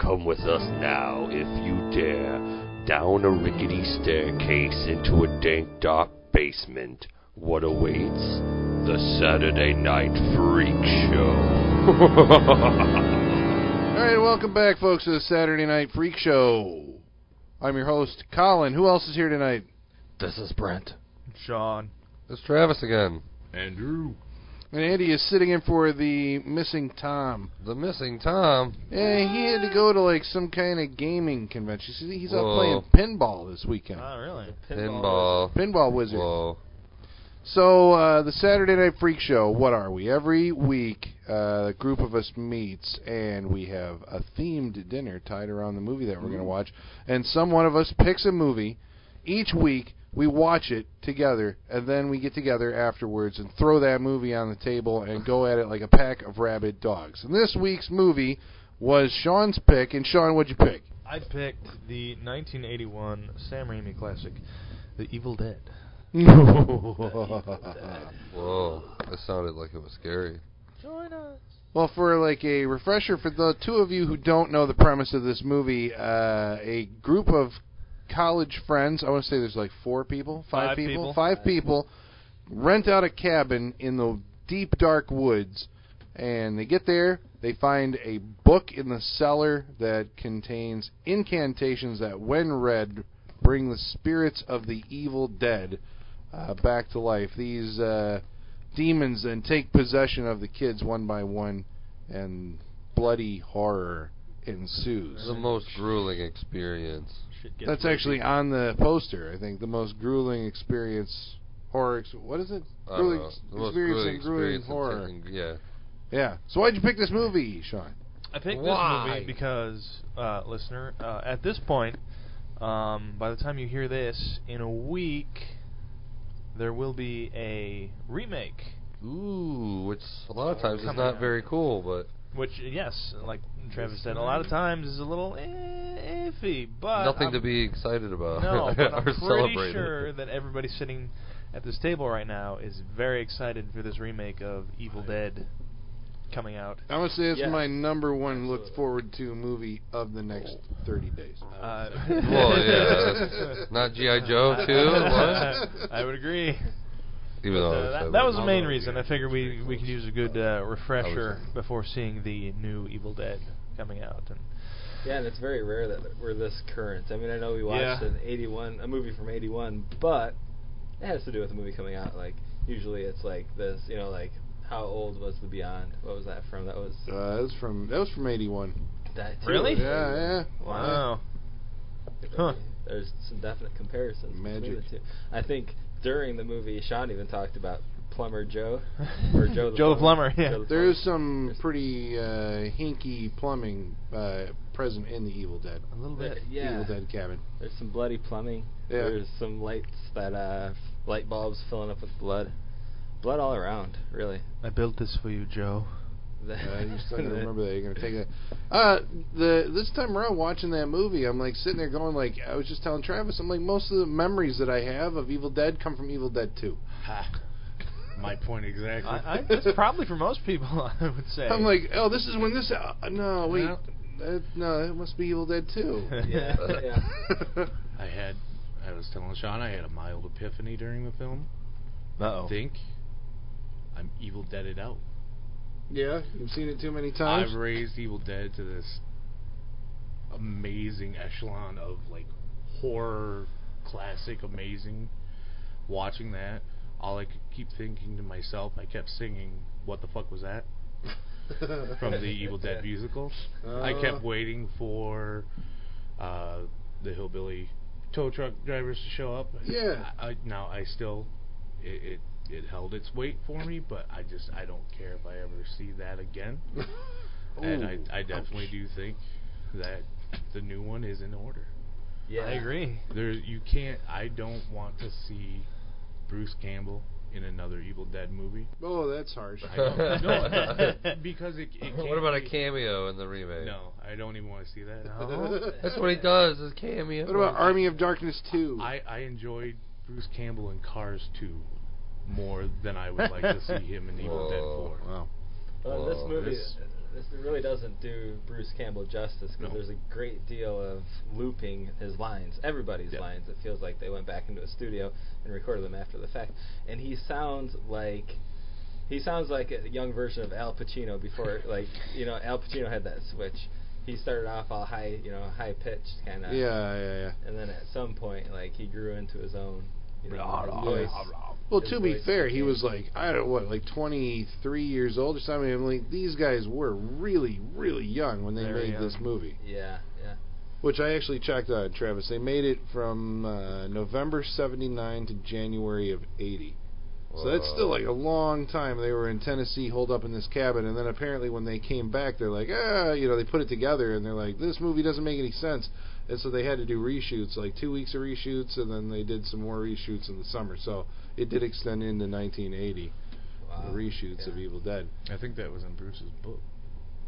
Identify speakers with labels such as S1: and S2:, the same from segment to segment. S1: Come with us now, if you dare, down a rickety staircase into a dank, dark basement. What awaits? The Saturday Night Freak Show.
S2: All right, welcome back, folks, to the Saturday Night Freak Show. I'm your host, Colin. Who else is here tonight?
S3: This is Brent.
S4: Sean.
S5: It's Travis again.
S4: Andrew.
S2: And Andy is sitting in for the missing Tom.
S5: The missing Tom.
S2: Yeah, he had to go to like some kind of gaming convention. See, He's
S5: Whoa.
S2: out playing pinball this weekend.
S4: Oh, really?
S5: Pinball.
S2: pinball wizard.
S5: Whoa.
S2: So uh, the Saturday Night Freak Show. What are we? Every week, uh, a group of us meets and we have a themed dinner tied around the movie that we're going to watch. And some one of us picks a movie. Each week, we watch it together, and then we get together afterwards and throw that movie on the table and go at it like a pack of rabid dogs. And this week's movie was Sean's pick. And Sean, what'd you pick?
S4: I picked the 1981 Sam Raimi classic, The Evil Dead.
S5: Whoa. That sounded like it was scary.
S4: Join us.
S2: Well, for like a refresher for the two of you who don't know the premise of this movie, uh, a group of college friends, I want to say there's like four people, five,
S4: Five
S2: people,
S4: people.
S2: five people, rent out a cabin in the deep dark woods, and they get there, they find a book in the cellar that contains incantations that, when read, bring the spirits of the evil dead uh, back to life. These uh, demons then take possession of the kids one by one, and bloody horror ensues.
S5: The most grueling experience.
S4: Shit gets
S2: That's
S4: creepy.
S2: actually on the poster. I think the most grueling experience horror. Ex- what is it?
S5: I don't
S2: Grueling
S5: know.
S2: ex-
S5: The most
S2: experience
S5: grueling
S2: and grueling
S5: experience in
S2: horror.
S5: taking- Yeah.
S2: Yeah. So why'd you pick this movie, Sean?
S4: I picked
S5: Why?
S4: this movie because, uh, listener, uh, at this point, um, by the time you hear this, in a week, there will be a remake.
S5: Ooh, which a lot of times is
S4: Coming
S5: not
S4: out.
S5: very cool, but
S4: Which, yes, like Travis said, a lot of times is a little eh, iffy, but
S5: nothing
S4: I'm-
S5: to be excited about.
S4: No, but I'm
S5: or
S4: pretty
S5: celebrated.
S4: sure that everybody sitting at this table right now is very excited for this remake of Evil Dead coming out.
S2: I'm gonna say it's
S3: Yes.
S2: my number one look forward to movie of the next 30 days.
S4: Uh,
S5: Well, yeah. Not G.I. Joe, too? What?
S4: I would agree. But,
S5: Even though I
S4: uh, that,
S5: said
S4: that was
S5: it.
S4: the main reason. I figured we, we could use a good uh,
S5: I
S4: refresher
S5: was-
S4: before seeing the new Evil Dead coming out. And
S3: Yeah, and it's very rare that we're this current. I mean, I know we watched
S4: Yeah.
S3: an 81, a movie from 81, but it has to do with a movie coming out. Like, usually it's like this, you know, like, how old was The Beyond? What was that from? That was
S2: Uh, that was from that was from '81.
S3: that too.
S4: Really?
S2: Yeah, yeah.
S4: wow. Huh.
S3: There's some definite comparisons between
S2: Magic.
S3: the two. I think during the movie, Sean even talked about Plumber Joe. Or Joe the
S4: Joe the Plumber,
S3: Plumber.
S4: yeah.
S3: Joe the
S2: There is
S3: Plumber.
S2: some
S3: There's-
S2: pretty uh, hinky plumbing uh, present in the Evil Dead.
S4: A little
S3: there-
S4: bit.
S3: yeah.
S2: Evil Dead cabin.
S3: There's some bloody plumbing.
S2: Yeah.
S3: There's some lights that uh light bulbs filling up with blood. Blood all around, really.
S4: I built this for you, Joe.
S2: Yeah, you're Uh, still gonna remember that. You're gonna take that. Uh, the this time around watching that movie, I'm like sitting there going like I was just telling Travis, I'm like most of the memories that I have of Evil Dead come from Evil Dead 2.
S4: My point exactly. I, I, that's probably for most people, I would say.
S2: I'm like, oh, this is when this. Uh, no, wait, that, no, that must be Evil Dead 2.
S3: Yeah, yeah.
S6: I had, I was telling Sean, I had a mild epiphany during the film.
S4: Uh-oh.
S6: I think I'm Evil Deaded out.
S2: yeah, you've seen it too many times.
S6: I've raised Evil Dead to this amazing echelon of like horror, classic, amazing. Watching that, all I could keep thinking to myself, I kept singing, "What the fuck was that?" from the Evil Dead musical. I
S2: Uh.
S6: kept waiting for uh, the hillbilly tow truck drivers to show up.
S2: Yeah.
S6: I, I, now I still it, it it held its weight for me, but I just I don't care if I ever see that again. and I I definitely do think that the new one is in order.
S3: yeah.
S4: I agree.
S6: There you can't. I don't want to see Bruce Campbell in another Evil Dead movie.
S2: Oh, that's harsh.
S6: I don't, no, because it, it can't
S5: What about a
S6: be-
S5: cameo in the remake?
S6: No, I don't even want to see that.
S5: That's what he does, is cameo.
S2: What about Army of Darkness 2?
S6: I, I enjoyed Bruce Campbell in Cars 2 more than I would like to see him in Evil Dead
S5: Whoa.
S6: 4.
S2: wow.
S3: Well, this
S5: Well,
S3: movie
S6: this-
S3: this, this really doesn't do Bruce Campbell justice because
S6: No.
S3: there's a great deal of looping his lines, everybody's
S6: Yeah.
S3: lines. It feels like they went back into a studio and recorded them after the fact, and he sounds like he sounds like a young version of Al Pacino before, like you know, Al Pacino had that switch. He started off all high, you know, high pitched kind
S2: Yeah,
S3: of,
S2: yeah, yeah.
S3: and then at some point, like he grew into his own, you know,
S1: Blah,
S3: his
S1: blah,
S3: voice.
S1: blah, blah.
S2: Well,
S3: His
S2: to be
S3: voice
S2: fair, he
S3: became-
S2: was like I don't know what, like 23 years old or something. I mean, like these guys were really, really young when they
S7: Very
S2: made
S7: young.
S2: this movie,
S3: Yeah, yeah.
S2: which I actually checked on Travis. They made it from uh, November 79 to January of 80. So that's still like a long time. They were in Tennessee, holed up in this cabin, and then apparently when they came back, they're like, ah, you know, they put it together, and they're like, this movie doesn't make any sense, and so they had to do reshoots, like two weeks of reshoots, and then they did some more reshoots in the summer. So it did extend into 1980
S3: Wow.
S2: the reshoots
S3: yeah.
S2: of Evil Dead.
S6: I think that was in Bruce's book,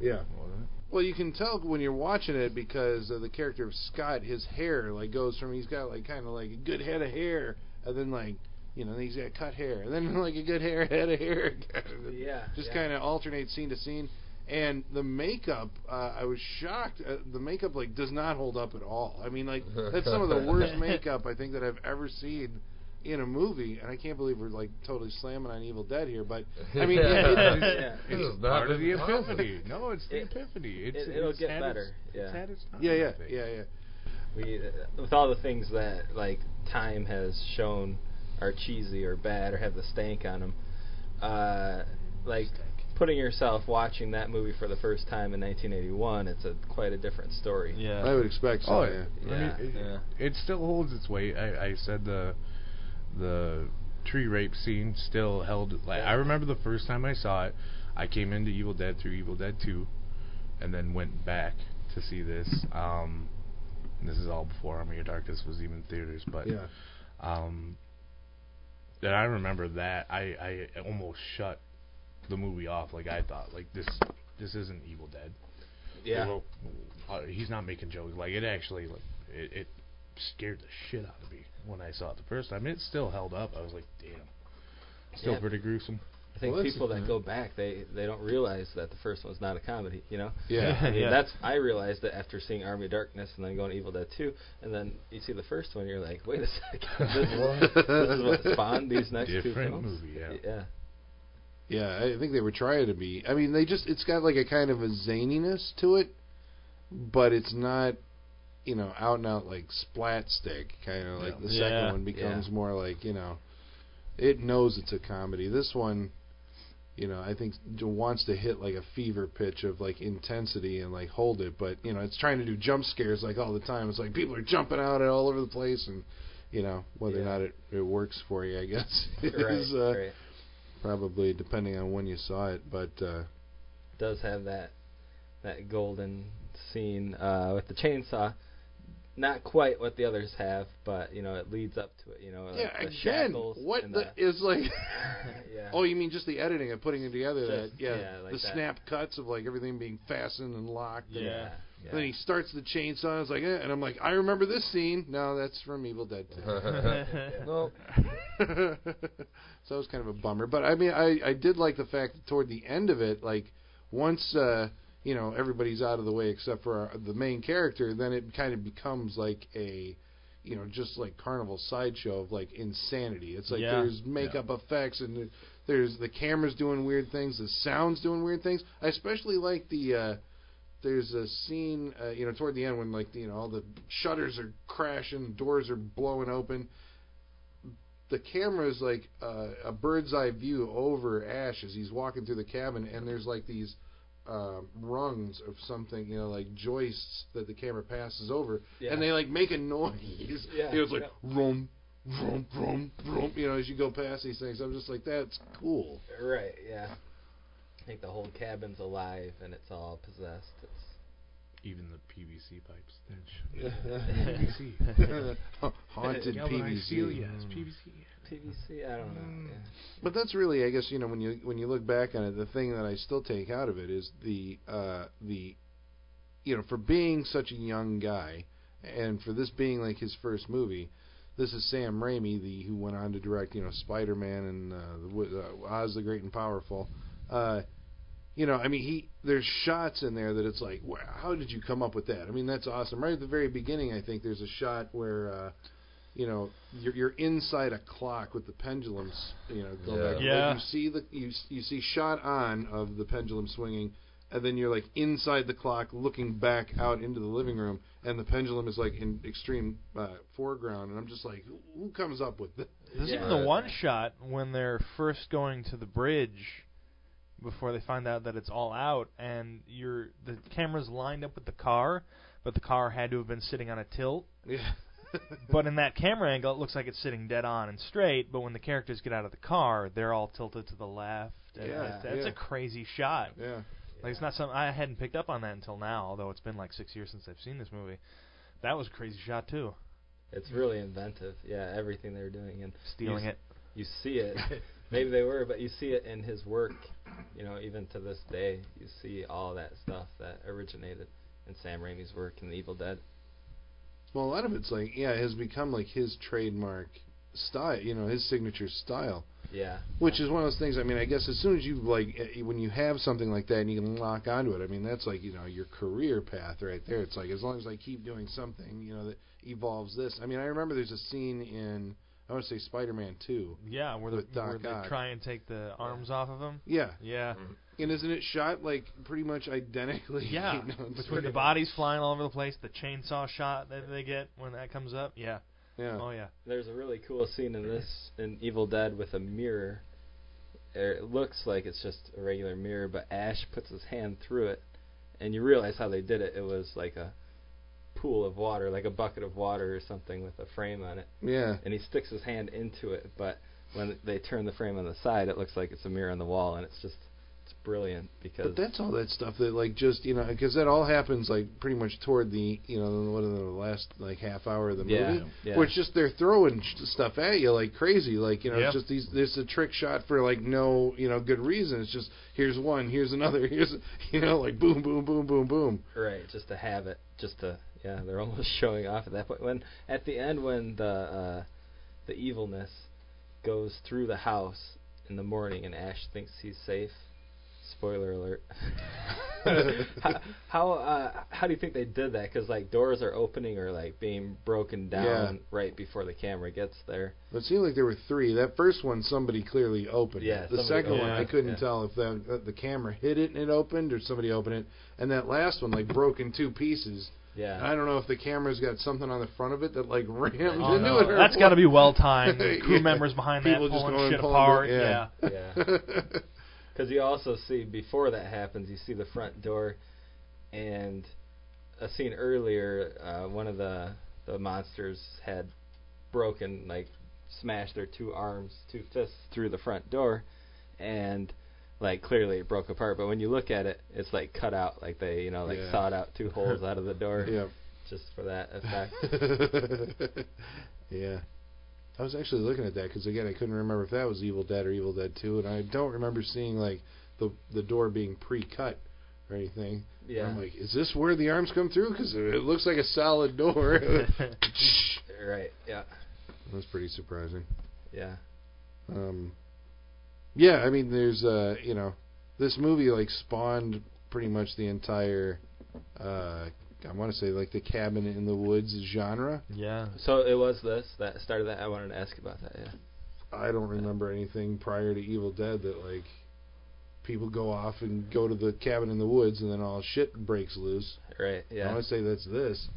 S2: Yeah.
S6: wasn't it?
S2: Well, you can tell when you're watching it because of the character of Scott, his hair like goes from he's got like kind of like a good head of hair, and then like you know he's got cut hair, and then like a good hair head of hair. again.
S3: Yeah,
S2: Just
S3: yeah.
S2: kind of alternates scene to scene, and the makeup. Uh, I was shocked. Uh, the makeup like does not hold up at all. I mean, like that's some of the worst makeup I think that I've ever seen. In a movie, and I can't believe we're like totally slamming on Evil Dead here, but I mean, it- it-
S3: Yeah.
S6: It's
S5: This is not
S6: part of the
S5: been done.
S6: epiphany. No, it's the
S3: It-
S6: epiphany. It's,
S3: it- it'll
S6: it's
S3: get
S6: had
S3: better,
S6: Its,
S3: yeah.
S6: It's had its time.
S2: yeah, yeah,
S6: I think.
S2: yeah, yeah.
S3: we uh, with all the things that like time has shown are cheesy or bad or have the stank on them uh like putting yourself watching that movie for the first time in 1981 it's a quite a different story
S7: Yeah.
S2: I would expect so.
S6: Oh,
S2: yeah.
S6: yeah. I mean, it,
S7: Yeah.
S6: it still holds its weight. I, I said the the tree rape scene still held. Like, I remember the first time I saw it, I came into Evil Dead through Evil Dead Two, and then went back to see this. Um, and this is all before Army of Darkness was even in theaters, but
S2: Yeah.
S6: um, that I remember that I I almost shut the movie off. Like I thought, like this this isn't Evil Dead. They
S3: yeah
S6: wrote- uh, he's not making jokes. Like it actually, like it, it scared the shit out of me when I saw it the first time. It still held up. I was like, damn, still
S3: Yeah.
S6: pretty gruesome.
S3: i think
S2: Well, that's
S3: people
S2: the
S3: that
S2: thing.
S3: go back they they don't realize that the first one's not a comedy you know
S2: Yeah.
S3: I mean,
S7: Yeah.
S3: that's I realized that after seeing Army of Darkness and then going to Evil Dead 2, and then you see the first one, you're like, wait a second, this is, this is what spawned these next two
S6: Different
S3: films.
S6: movie, yeah.
S3: yeah.
S2: Yeah, I think they were trying to be. I mean, they just it's got like a kind of a zaniness to it, but it's not, you know, out and out like splat stick kind of like the second
S7: Yeah,
S2: one becomes
S3: yeah.
S2: more like, you know, it knows it's a comedy. This one, you know, I think j- wants to hit like a fever pitch of like intensity and like hold it, but you know, it's trying to do jump scares like all the time. It's like people are jumping out all over the place and you know, whether
S3: Yeah.
S2: or not it, it works for you, I guess, is
S3: Right,
S2: uh,
S3: right.
S2: probably depending on when you saw it but uh
S3: does have that that golden scene uh, with the chainsaw. Not quite what the others have, but you know it leads up to it. You know, like
S2: yeah
S3: the
S2: again
S3: shackles
S2: what
S3: and
S2: the, is like
S3: yeah,
S2: oh you mean just the editing and putting it together
S3: Just-
S2: that yeah,
S3: yeah, like
S2: the
S3: that.
S2: snap cuts of like everything being fastened and locked and
S3: yeah, yeah.
S2: then he starts the chainsaw it's like eh, and i'm like i remember this scene no that's from evil dead 2
S5: no.
S2: so that was kind of a bummer. But I mean, I I did like the fact that toward the end of it, like once uh, you know everybody's out of the way except for our, the main character, then it kind of becomes like a you know just like carnival sideshow of like insanity. It's like
S7: Yeah.
S2: there's makeup effects and there's the cameras doing weird things, the sounds doing weird things. I especially like the. Uh, there's a scene, uh, you know, toward the end when like you know all the shutters are crashing, doors are blowing open, the camera is like uh, a bird's eye view over Ash as he's walking through the cabin, and there's like these uh, rungs of something, you know, like joists that the camera passes over,
S3: Yeah.
S2: and they like make a noise.
S3: Yeah,
S2: You know, it's
S3: yeah.
S2: like rum, rum, rum, rum. You know, as you go past these things, I'm just like, that's cool.
S3: right, yeah. I think the whole cabin's alive and it's all possessed. It's
S6: Even the PVC pipes. PVC.
S2: Haunted
S6: Galvanized steel,
S2: PVC.
S6: yes, PVC.
S3: PVC. I don't
S2: Mm.
S3: know.
S2: But that's really, I guess, you know, when you when you look back on it, the thing that I still take out of it is the uh, the, you know, for being such a young guy, and for this being like his first movie, this is Sam Raimi, the who went on to direct, you know, Spider Man and uh, the, Wo- uh, Oz the Great and Powerful. Uh, you know, I mean, he there's shots in there that it's like, wow, how did you come up with that? I mean, that's awesome. Right at the very beginning, I think there's a shot where, uh, you know, you're, you're inside a clock with the pendulums, you know, going
S5: Yeah.
S2: back.
S6: Yeah.
S2: You see the you s- you see shot on of the pendulum swinging, and then you're like inside the clock, looking back out into the living room, and the pendulum is like in extreme uh, foreground, and I'm just like, who- who comes up with this?
S6: There's
S3: Yeah.
S6: even the one shot when they're first going to the bridge before they find out that it's all out, and you're the camera's lined up with the car, but the car had to have been sitting on a tilt.
S2: Yeah.
S6: But in that camera angle, it looks like it's sitting dead on and straight. But when the characters get out of the car, they're all tilted to the left. and
S2: Yeah,
S6: that- that's
S2: yeah.
S6: a crazy shot.
S2: yeah.
S6: Like it's not something I hadn't picked up on that until now. Although it's been like six years since I've seen this movie. That was a crazy shot too.
S3: It's really inventive. Yeah, everything they're doing and
S6: Stealing
S3: you,
S6: it.
S3: You see it. Maybe they were, but you see it in his work. You know, even to this day, you see all that stuff that originated in Sam Raimi's work in The Evil Dead.
S2: Well, a lot of it's like, yeah, it has become like his trademark style, you know, his signature style,
S3: Yeah.
S2: which is one of those things. I mean, I guess as soon as you like, eh, when you have something like that and you can lock onto it, I mean, that's like, you know, your career path right there. It's like, as long as I keep doing something, you know, that evolves this. I mean, I remember there's a scene in, I want to say Spider Man 2.
S6: Yeah, where,
S2: With
S6: the,
S2: Doc
S6: where they
S2: Ock.
S6: try and take the arms off of him.
S2: Yeah.
S6: Yeah,
S2: And isn't it shot like pretty much identically?
S6: yeah.
S2: you know, it's
S6: Between the
S2: pretty-
S6: bodies flying all over the place, the chainsaw shot that they get when that comes up. Yeah.
S2: Yeah.
S6: Oh yeah.
S3: There's a really cool scene in this in Evil Dead with a mirror. Er, It looks like it's just a regular mirror, but Ash puts his hand through it, and you realize how they did it. It was like a pool of water, like a bucket of water or something with a frame on it,
S2: Yeah.
S3: and he sticks his hand into it. But when they turn the frame on the side, it looks like it's a mirror on the wall, and it's just it's brilliant because
S2: But that's all that stuff that like just you know because that all happens like pretty much toward the you know what the last like half hour of the
S3: Yeah,
S2: movie,
S3: yeah.
S2: where it's just they're throwing sh- stuff at you like crazy, like you know
S6: Yeah.
S2: it's just these there's a trick shot for like no you know good reason. It's just here's one, here's another, here's you know like boom, boom, boom, boom, boom.
S3: Right, just to have it, just to yeah, they're almost showing off at that point. When at the end, when the uh, the evilness goes through the house in the morning, and Ash thinks he's safe. Spoiler alert. how how, uh, how do you think they did that? Because like doors are opening or like being broken down
S2: Yeah.
S3: right before the camera gets there.
S2: But it seemed like there were three. That first one somebody clearly opened.
S3: Yeah,
S2: it. The
S3: somebody
S2: second one
S3: opened
S2: I
S3: it,
S2: couldn't
S3: yeah.
S2: tell if the uh, the camera hit it and it opened or somebody opened it. And that last one like broke in two pieces. And I
S3: Yeah,
S2: don't know if the camera's got something on the front of it that like rammed
S3: Oh,
S2: into
S3: no.
S2: it. Or
S6: That's got to be well timed.
S2: Yeah.
S6: Crew members behind
S2: People
S6: that
S2: just
S6: pulling
S2: going
S6: shit
S2: pulling
S6: apart.
S2: it, yeah.
S3: yeah. Because you also see before that happens, you see the front door, and a scene earlier, uh, one of the the monsters had broken, like smashed their two arms, two fists through the front door, and like clearly it broke apart. But when you look at it, it's like cut out, like they you know like
S2: Yeah.
S3: sawed out two holes out of the door,
S2: yeah.
S3: just for that effect.
S2: yeah. I was actually looking at that because again I couldn't remember if that was Evil Dead or Evil Dead Two, and I don't remember seeing like the the door being pre-cut or anything.
S3: yeah.
S2: I'm like, is this where the arms come through? Because it looks like a solid door. that
S3: right. Yeah.
S2: was pretty surprising.
S3: Yeah.
S2: Um, yeah, I mean, there's uh, you know, this movie like spawned pretty much the entire, uh, I want to say like the cabin in the woods genre.
S6: yeah.
S3: So it was this that started that. I wanted to ask about that. Yeah.
S2: I don't remember anything prior to Evil Dead that like people go off and go to the cabin in the woods and then all shit breaks loose.
S3: Right. Yeah.
S2: I want to say that's this.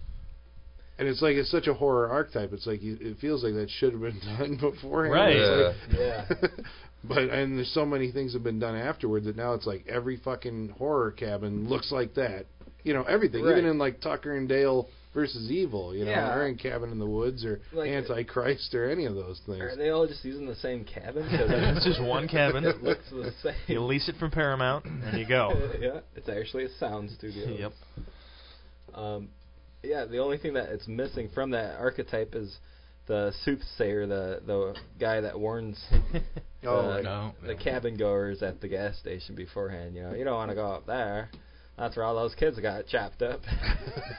S2: And it's like it's such a horror archetype. It's like you, it feels like that should have been done beforehand.
S6: Right.
S2: It's like,
S5: Yeah.
S3: yeah.
S2: but and there's so many things have been done afterward that now it's like every fucking horror cabin looks like that. You know everything,
S3: Right.
S2: even in like Tucker and Dale versus Evil. You know,
S3: Yeah.
S2: or in Cabin in the Woods or
S3: Like-
S2: Antichrist or any of those things.
S3: Are they all just using the same cabin? 'Cause
S6: it's just one cabin.
S3: It looks the same.
S6: You lease it from Paramount, and you go.
S3: yeah, it's actually a sound studio.
S6: Yep.
S3: Um, yeah, the only thing that it's missing from that archetype is the soothsayer, the the guy that warns
S2: Oh,
S3: the,
S2: right.
S8: No,
S6: Oh,
S3: the
S8: no.
S3: cabin goers at the gas station beforehand. You know, you don't want to go up there. That's where all those kids got chopped up.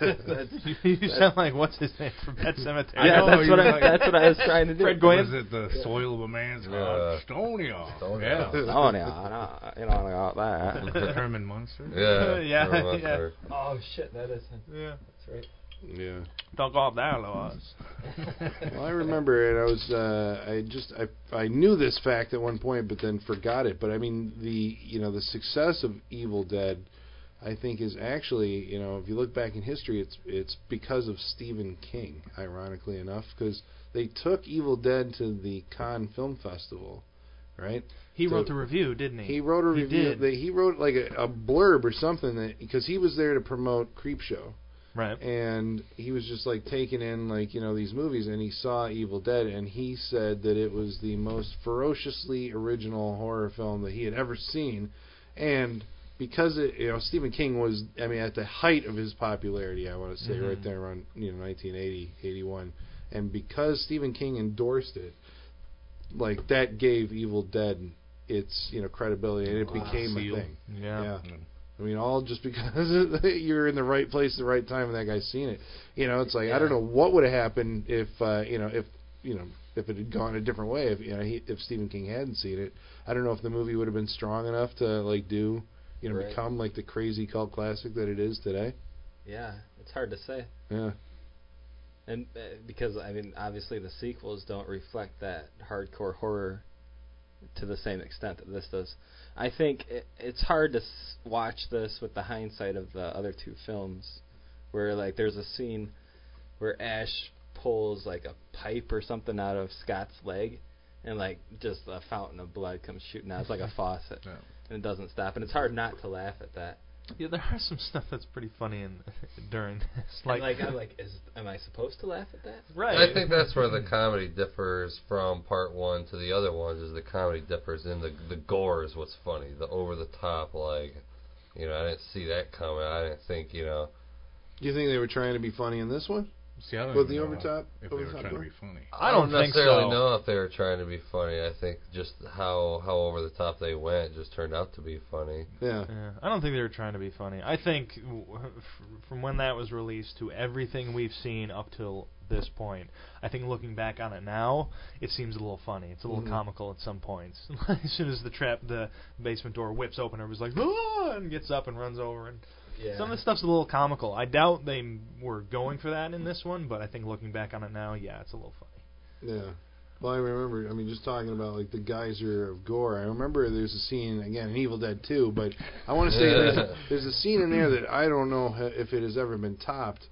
S3: That's-
S9: You, you sound like what's his name from Pet Cemetery.
S3: Yeah,
S5: know,
S3: that's
S5: you
S3: what I
S5: like-
S3: that's what I was trying to do.
S9: Fred Goyen.
S5: Was it the
S6: soil of a man's
S2: Uh,
S5: Yeah.
S6: Estonia.
S5: Stone
S6: Yeah.
S3: Oh no, no, you know all that.
S6: Herman Munster.
S5: Yeah.
S9: Yeah,
S5: there was
S9: yeah.
S5: her.
S3: Oh shit, that is him.
S9: yeah.
S3: That's right.
S2: yeah.
S9: Don't go up there, Lois.
S2: Well, I remember it. I was, uh, I just, I, I knew this fact at one point, but then forgot it. But I mean, the, you know, the success of Evil Dead, I think, is actually, you know, if you look back in history, it's, it's because of Stephen King, ironically enough, because they took Evil Dead to the Cannes Film Festival, right?
S9: He
S2: So-
S9: wrote the review, didn't he?
S2: He wrote a
S9: He
S2: review.
S9: did.
S2: That he wrote like a, a blurb or something that because he was there to promote Creepshow
S9: right.
S2: and he was just like taking in like you know these movies and he saw evil dead and he said that it was the most ferociously original horror film that he had ever seen and because it you know stephen king was i mean at the height of his popularity i want to say
S9: Mhm.
S6: Mm-hmm.
S2: right there around you know 1980 81 and because stephen king endorsed it like that gave evil dead its you know credibility and it
S6: Wow.
S2: became
S6: Seal.
S2: a thing
S9: Yeah.
S2: yeah. I mean, all just because you're in the right place at the right time and that guy's seen it. You know, it's like I don't know what would have happened if uh, you know if you know if it had gone a different way. If you know he, if Stephen King hadn't seen it, I don't know if the movie would have been strong enough to like do you know
S3: Right.
S2: become like the crazy cult classic that it is today.
S3: Yeah, it's hard to say.
S2: Yeah,
S3: And uh, because I mean, obviously the sequels don't reflect that hardcore horror to the same extent that this does. I think it, it's hard to s- watch this with the hindsight of the other two films, where like there's a scene where Ash pulls like a pipe or something out of Scott's leg, and like just a fountain of blood comes shooting out. It's like a faucet,
S5: Yeah.
S3: and it doesn't stop. And it's hard not to laugh at that.
S9: Yeah, there are some stuff that's pretty funny in during this.
S3: Like,
S9: Like,
S3: like I'm like, is am I supposed to laugh at that?
S9: right.
S5: I think that's where the comedy differs from part one to the other ones. Is the comedy differs in the the gore is what's funny, the over the top. Like, you know, I didn't see that coming. I didn't think, you know,
S2: do you think they were trying to be funny in this one?
S6: See, I don't
S2: With
S6: even
S2: the
S6: know
S2: overtop-
S6: if they were
S2: overtop
S6: trying to
S2: door?
S6: be funny.
S5: I don't,
S9: I don't think
S5: necessarily
S9: so.
S5: know if they were trying to be funny. I think just how how over the top they went just turned out to be funny.
S2: Yeah,
S9: Yeah, I don't think they were trying to be funny. I think w- f- from when that was released to everything we've seen up till this point, I think looking back on it now, it seems a little funny. It's a little
S2: Mhm.
S9: comical at some points. as soon as the trap, the basement door whips open, everybody's like, "Ah!" and gets up and runs over. And
S3: Yeah.
S9: some of the stuff's a little comical. I doubt they m- were going for that in this one, but I think looking back on it now, yeah, it's a little funny.
S2: yeah. Well, I remember. I mean, just talking about like the geyser of gore. I remember there's a scene again in Evil Dead 2, but I want to say there's a, there's a scene in there that I don't know h- if it has ever been topped,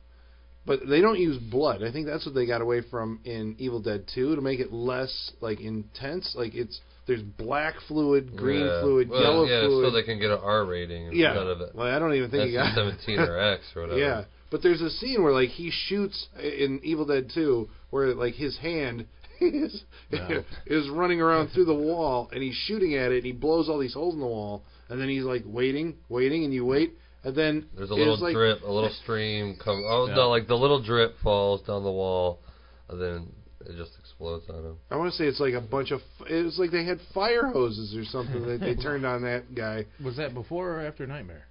S2: but they don't use blood. I think that's what they got away from in Evil Dead 2 to make it less like intense. Like it's there's black fluid, green
S5: Yeah.
S2: fluid,
S5: Well,
S2: yellow
S5: yeah,
S2: fluid.
S5: so they can get an R rating instead
S2: yeah.
S5: of it.
S2: Well, I don't even
S5: That's
S2: think
S5: a
S2: he got
S5: 17 or X or whatever.
S2: Yeah, but there's a scene where like he shoots in Evil Dead 2 where like his hand is
S6: No.
S2: is running around through the wall and he's shooting at it and he blows all these holes in the wall and then he's like waiting, waiting and you wait and then
S5: There's a
S2: it's
S5: little
S2: like,
S5: drip, a little stream come. Oh
S6: Yeah.
S5: no, like the little drip falls down the wall, and then it just explodes on him.
S2: I want to say it's like a bunch of f- it was like they had fire hoses or something that they turned on that guy.
S6: Was that before or after Nightmare?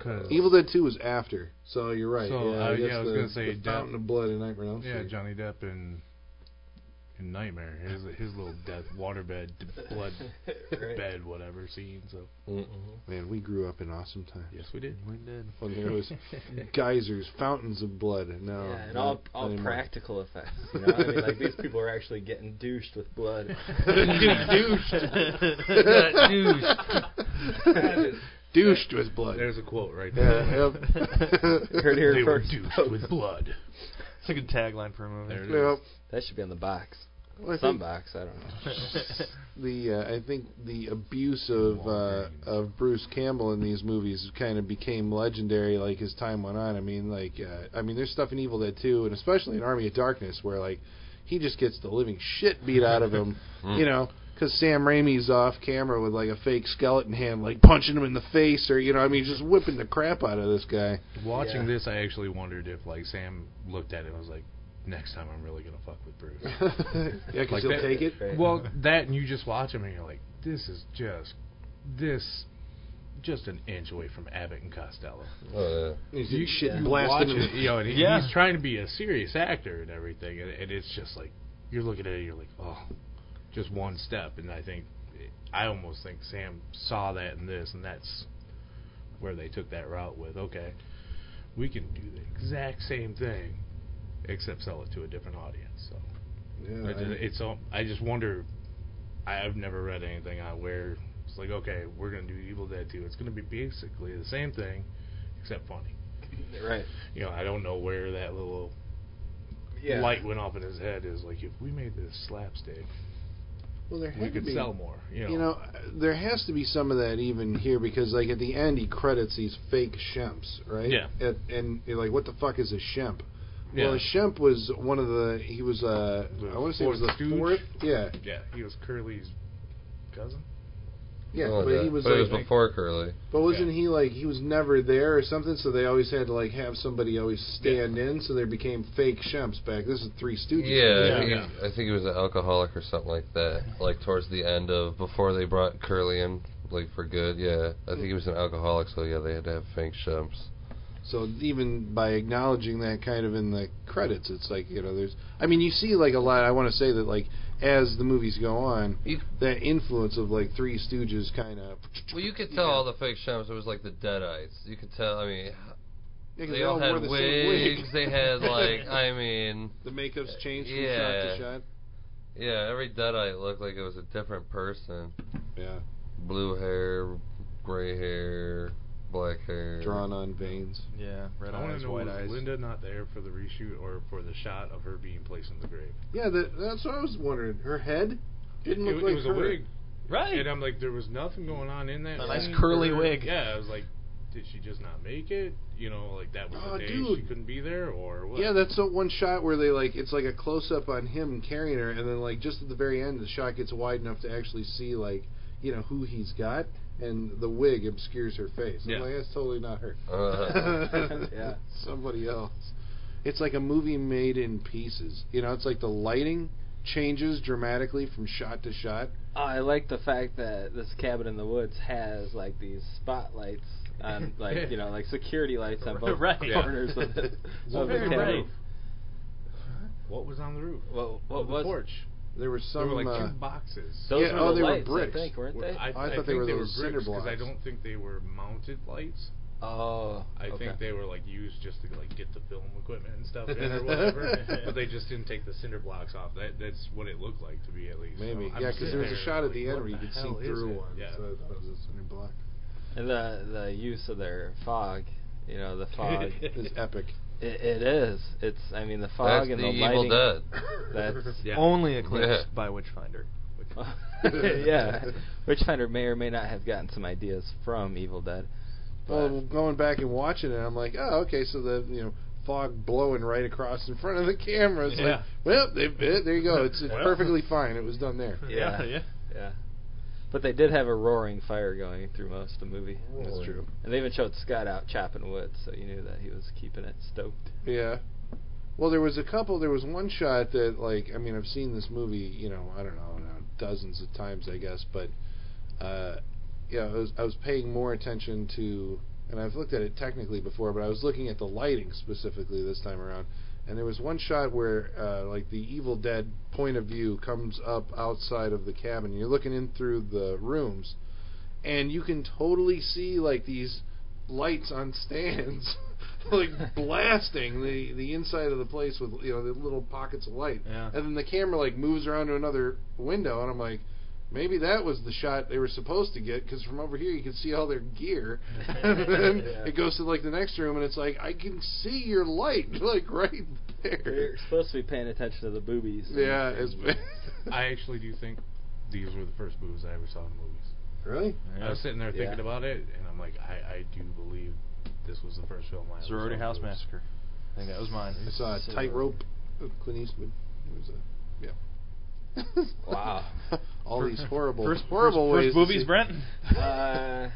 S6: Cause
S5: Oh,
S2: Evil Dead 2 was after. So you're right.
S6: So,
S2: yeah,
S6: uh,
S2: guess
S6: yeah, I was
S2: the,
S6: gonna say
S2: the
S6: Dead-
S2: Fountain of Blood and Nightmare on Elm
S6: yeah,
S2: Street.
S6: Johnny Depp in in Nightmare. His his little death waterbed d- blood
S3: Right.
S6: bed whatever scene. So
S5: Mm-mm.
S2: Man, we grew up in awesome times.
S6: yes, we did.
S9: We did.
S2: When there was geysers, fountains of blood. No,
S3: yeah, and
S2: not
S3: all all
S2: anymore.
S3: practical effects. You know, I mean, like these people are actually getting douched with blood.
S5: Got douche.
S2: douched with blood.
S6: There's a quote right there.
S2: yeah, yep.
S3: Heard here
S6: They were
S3: first.
S6: douched with blood.
S9: It's a good tagline for a movie.
S6: There it
S2: Yep.
S6: is.
S3: That should be on the box.
S2: Well, I
S3: Some
S2: think
S3: box, I don't know.
S2: the uh, I think the abuse of uh, of Bruce Campbell in these movies kind of became legendary like as time went on. I mean, like uh, I mean, there's stuff in Evil Dead 2 and especially in Army of Darkness where like he just gets the living shit beat out of him, you know. Because Sam Raimi's off camera with like a fake skeleton hand, like punching him in the face, or you know, I mean, just whipping the crap out of this guy.
S6: Watching
S3: Yeah.
S6: this, I actually wondered if like Sam looked at it and was like, "Next time, I'm really gonna fuck with Bruce."
S2: yeah, because
S6: Like
S2: he'll
S6: that-
S2: take it.
S3: Right.
S6: Well, that and you just watch him and you're like, this is just this just an inch away from Abbott and Costello.
S5: Oh, yeah.
S2: He's
S6: You-
S2: getting shit
S6: you watch
S2: blasted. in
S6: it,
S2: the-
S6: you know, and he-
S9: Yeah.
S6: he's trying to be a serious actor and everything, and, and it's just like you're looking at it, and you're like, oh, just one step, and I think I almost think Sam saw that in this, and that's where they took that route with. Okay, we can do the exact same thing, except sell it to a different audience. So
S2: Yeah,
S6: I just,
S2: I-
S6: it's all, I just wonder. I- I've never read anything on where it's like, okay, we're gonna do Evil Dead 2. It's gonna be basically the same thing, except funny.
S3: Right.
S6: You know, I don't know where that little
S3: Yeah.
S6: light went off in his head. Is like, if we made this slapstick,
S2: well, there
S6: we
S2: had to
S6: could
S2: be.
S6: sell more. You know,
S2: You know, there has to be some of that even here because, like, at the end, he credits these fake shemps, right?
S6: Yeah.
S2: At, and you're like, what the fuck is a shemp?
S6: yeah,
S2: Well, a shemp was one of the. He was uh,
S6: The
S2: I want to say he was the
S6: fourth stooge?
S2: fourth. Yeah,
S6: yeah. He was Curly's cousin.
S2: yeah.
S5: Oh,
S2: but he was
S5: but
S2: like,
S5: it was before Curly.
S2: but wasn't he like he was never there or something? So they always had to like have somebody always stand in. So there became fake shemps back. This is Three Stooges.
S5: Yeah, I, think
S6: Yeah.
S5: He was, I think he was an alcoholic or something like that. Like towards the end of before they brought Curly in, like for good. Yeah, I think he was an alcoholic, so yeah, they had to have Fink Shumps.
S2: So even by acknowledging that kind of in the credits, it's like you know, there's. I mean, you see like a lot. I want to say that like as the movies go on,
S5: You-
S2: that influence of like Three Stooges kind of.
S5: Well, you could tell all the fake Shumps. It was like the Deadites. You could tell. I mean,
S2: Yeah, 'cause
S5: they all had
S2: wore the same wig.
S5: wigs. They had like, I mean,
S2: the makeup's changed from shot
S5: Yeah.
S2: to shot.
S5: yeah, every Deadite looked like it was a different person.
S2: Yeah,
S5: Blue hair, gray hair, black hair.
S2: drawn on veins.
S9: Yeah, red
S6: I want
S9: eyes,
S6: to know
S9: white
S6: was
S9: eyes.
S6: Linda not there for the reshoot or for the shot of her being placed in the grave?
S2: Yeah, that, that's what I was wondering. Her head didn't
S6: it,
S2: look
S6: it
S2: like
S6: was
S2: her.
S6: a wig.
S9: Right.
S6: And I'm like, there was nothing going on in that.
S9: A nice
S6: scene
S9: curly
S6: where-
S9: wig.
S6: Yeah, I was like, did she just not make it? You know, like that was
S2: Oh,
S6: the day she
S2: dude.
S6: couldn't be there, or what?
S2: Yeah, that's the one shot where they like it's like a close up on him carrying her, and then like just at the very end, the shot gets wide enough to actually see like you know who he's got, and the wig obscures her face. I'm
S6: Yeah. Uh-huh.
S2: like that's totally not her.
S5: Uh,
S3: Yeah.
S2: somebody else. It's like a movie made in pieces. You know, it's like the lighting changes dramatically from shot to shot.
S3: Oh, I like the fact that this cabin in the woods has like these spotlights on, like you know, like security lights on both
S9: Right.
S3: corners of the,
S6: What was on
S3: of the
S6: the
S3: cabin.
S9: right.
S6: roof? What was on the roof?
S3: Well,
S6: Of
S3: what
S6: the
S3: was?
S6: porch?
S2: There were
S6: There
S2: some.
S6: were like
S2: uh,
S6: two boxes.
S3: Those
S2: Yeah,
S3: were
S2: oh,
S3: the
S2: they were
S3: lights,
S2: bricks.
S3: I think, weren't
S6: Were-
S3: they?
S6: I,
S2: thought they
S6: think
S2: were
S6: they
S2: those cinder
S6: bricks because I
S2: blocks.
S6: don't think they were mounted lights.
S3: oh,
S6: I
S3: okay.
S6: think they were like used just to like get the film equipment and stuff in or whatever. but they just didn't take the cinder blocks off. That that's what it looked like to me at least.
S2: Maybe,
S6: So I'm
S2: yeah, because
S6: sitting
S2: there was a
S6: there
S2: shot at
S6: like,
S2: the end
S6: what
S2: where you could see
S6: hell is
S2: through
S6: it?
S2: one.
S6: Yeah.
S2: So I thought it was a cinder block.
S3: And the the use of their fog, you know, the fog. it,
S2: It's epic.
S3: it is. It's. I mean, the fog
S5: that's
S3: and
S5: the
S3: the,
S5: Evil
S3: lighting.
S5: Dead.
S3: That's
S2: Oh,
S6: Yeah.
S9: Only eclipsed
S5: Yeah.
S9: by Witchfinder.
S3: yeah. Witchfinder may or may not have gotten some ideas from Evil Dead.
S2: Well, going back and watching it, I'm like, oh, okay, so the you know fog blowing right across in front of the camera. It's like,
S6: Yeah.
S2: well, they, eh, there you go. It's, it's
S6: Well.
S2: perfectly fine. It was done there.
S3: Yeah. Yeah. But they did have a roaring fire going through most of the movie.
S2: That's true.
S3: And they even showed Scott out chopping wood, so you knew that he was keeping it stoked.
S2: Yeah. Well, there was a couple. There was one shot that, like, I mean, I've seen this movie, you know, I don't know, now, dozens of times, I guess, but, uh, yeah, I was, I was paying more attention to, and I've looked at it technically before, but I was looking at the lighting specifically this time around. And there was one shot where, uh, like, the Evil Dead point of view comes up outside of the cabin. You're looking in through the rooms, and you can totally see, like, these lights on stands, like blasting the the inside of the place with you know the little pockets of light.
S6: Yeah.
S2: And then the camera like moves around to another window, and I'm like, maybe that was the shot they were supposed to get because from over here you can see all their gear. and then
S3: Yeah.
S2: it goes to like the next room, and it's like I can see your light like right there.
S3: You're supposed to be paying attention to the boobies.
S2: Yeah, it's
S6: I actually do think these were the first boobs I ever saw in movies.
S2: really
S6: I was sitting there
S3: Yeah.
S6: thinking about it, and I'm like, I, I do believe this was the first film I ever
S9: Sorority
S6: saw
S9: House
S6: with boobs.
S9: Massacre. I think that was mine.
S2: I saw a tightrope of Clint Eastwood. It was a yeah.
S3: Wow.
S2: All these horrible,
S9: First,
S2: horrible ways.
S9: first, First
S2: to
S9: boobies,
S2: see-
S9: Brent.
S3: Uh,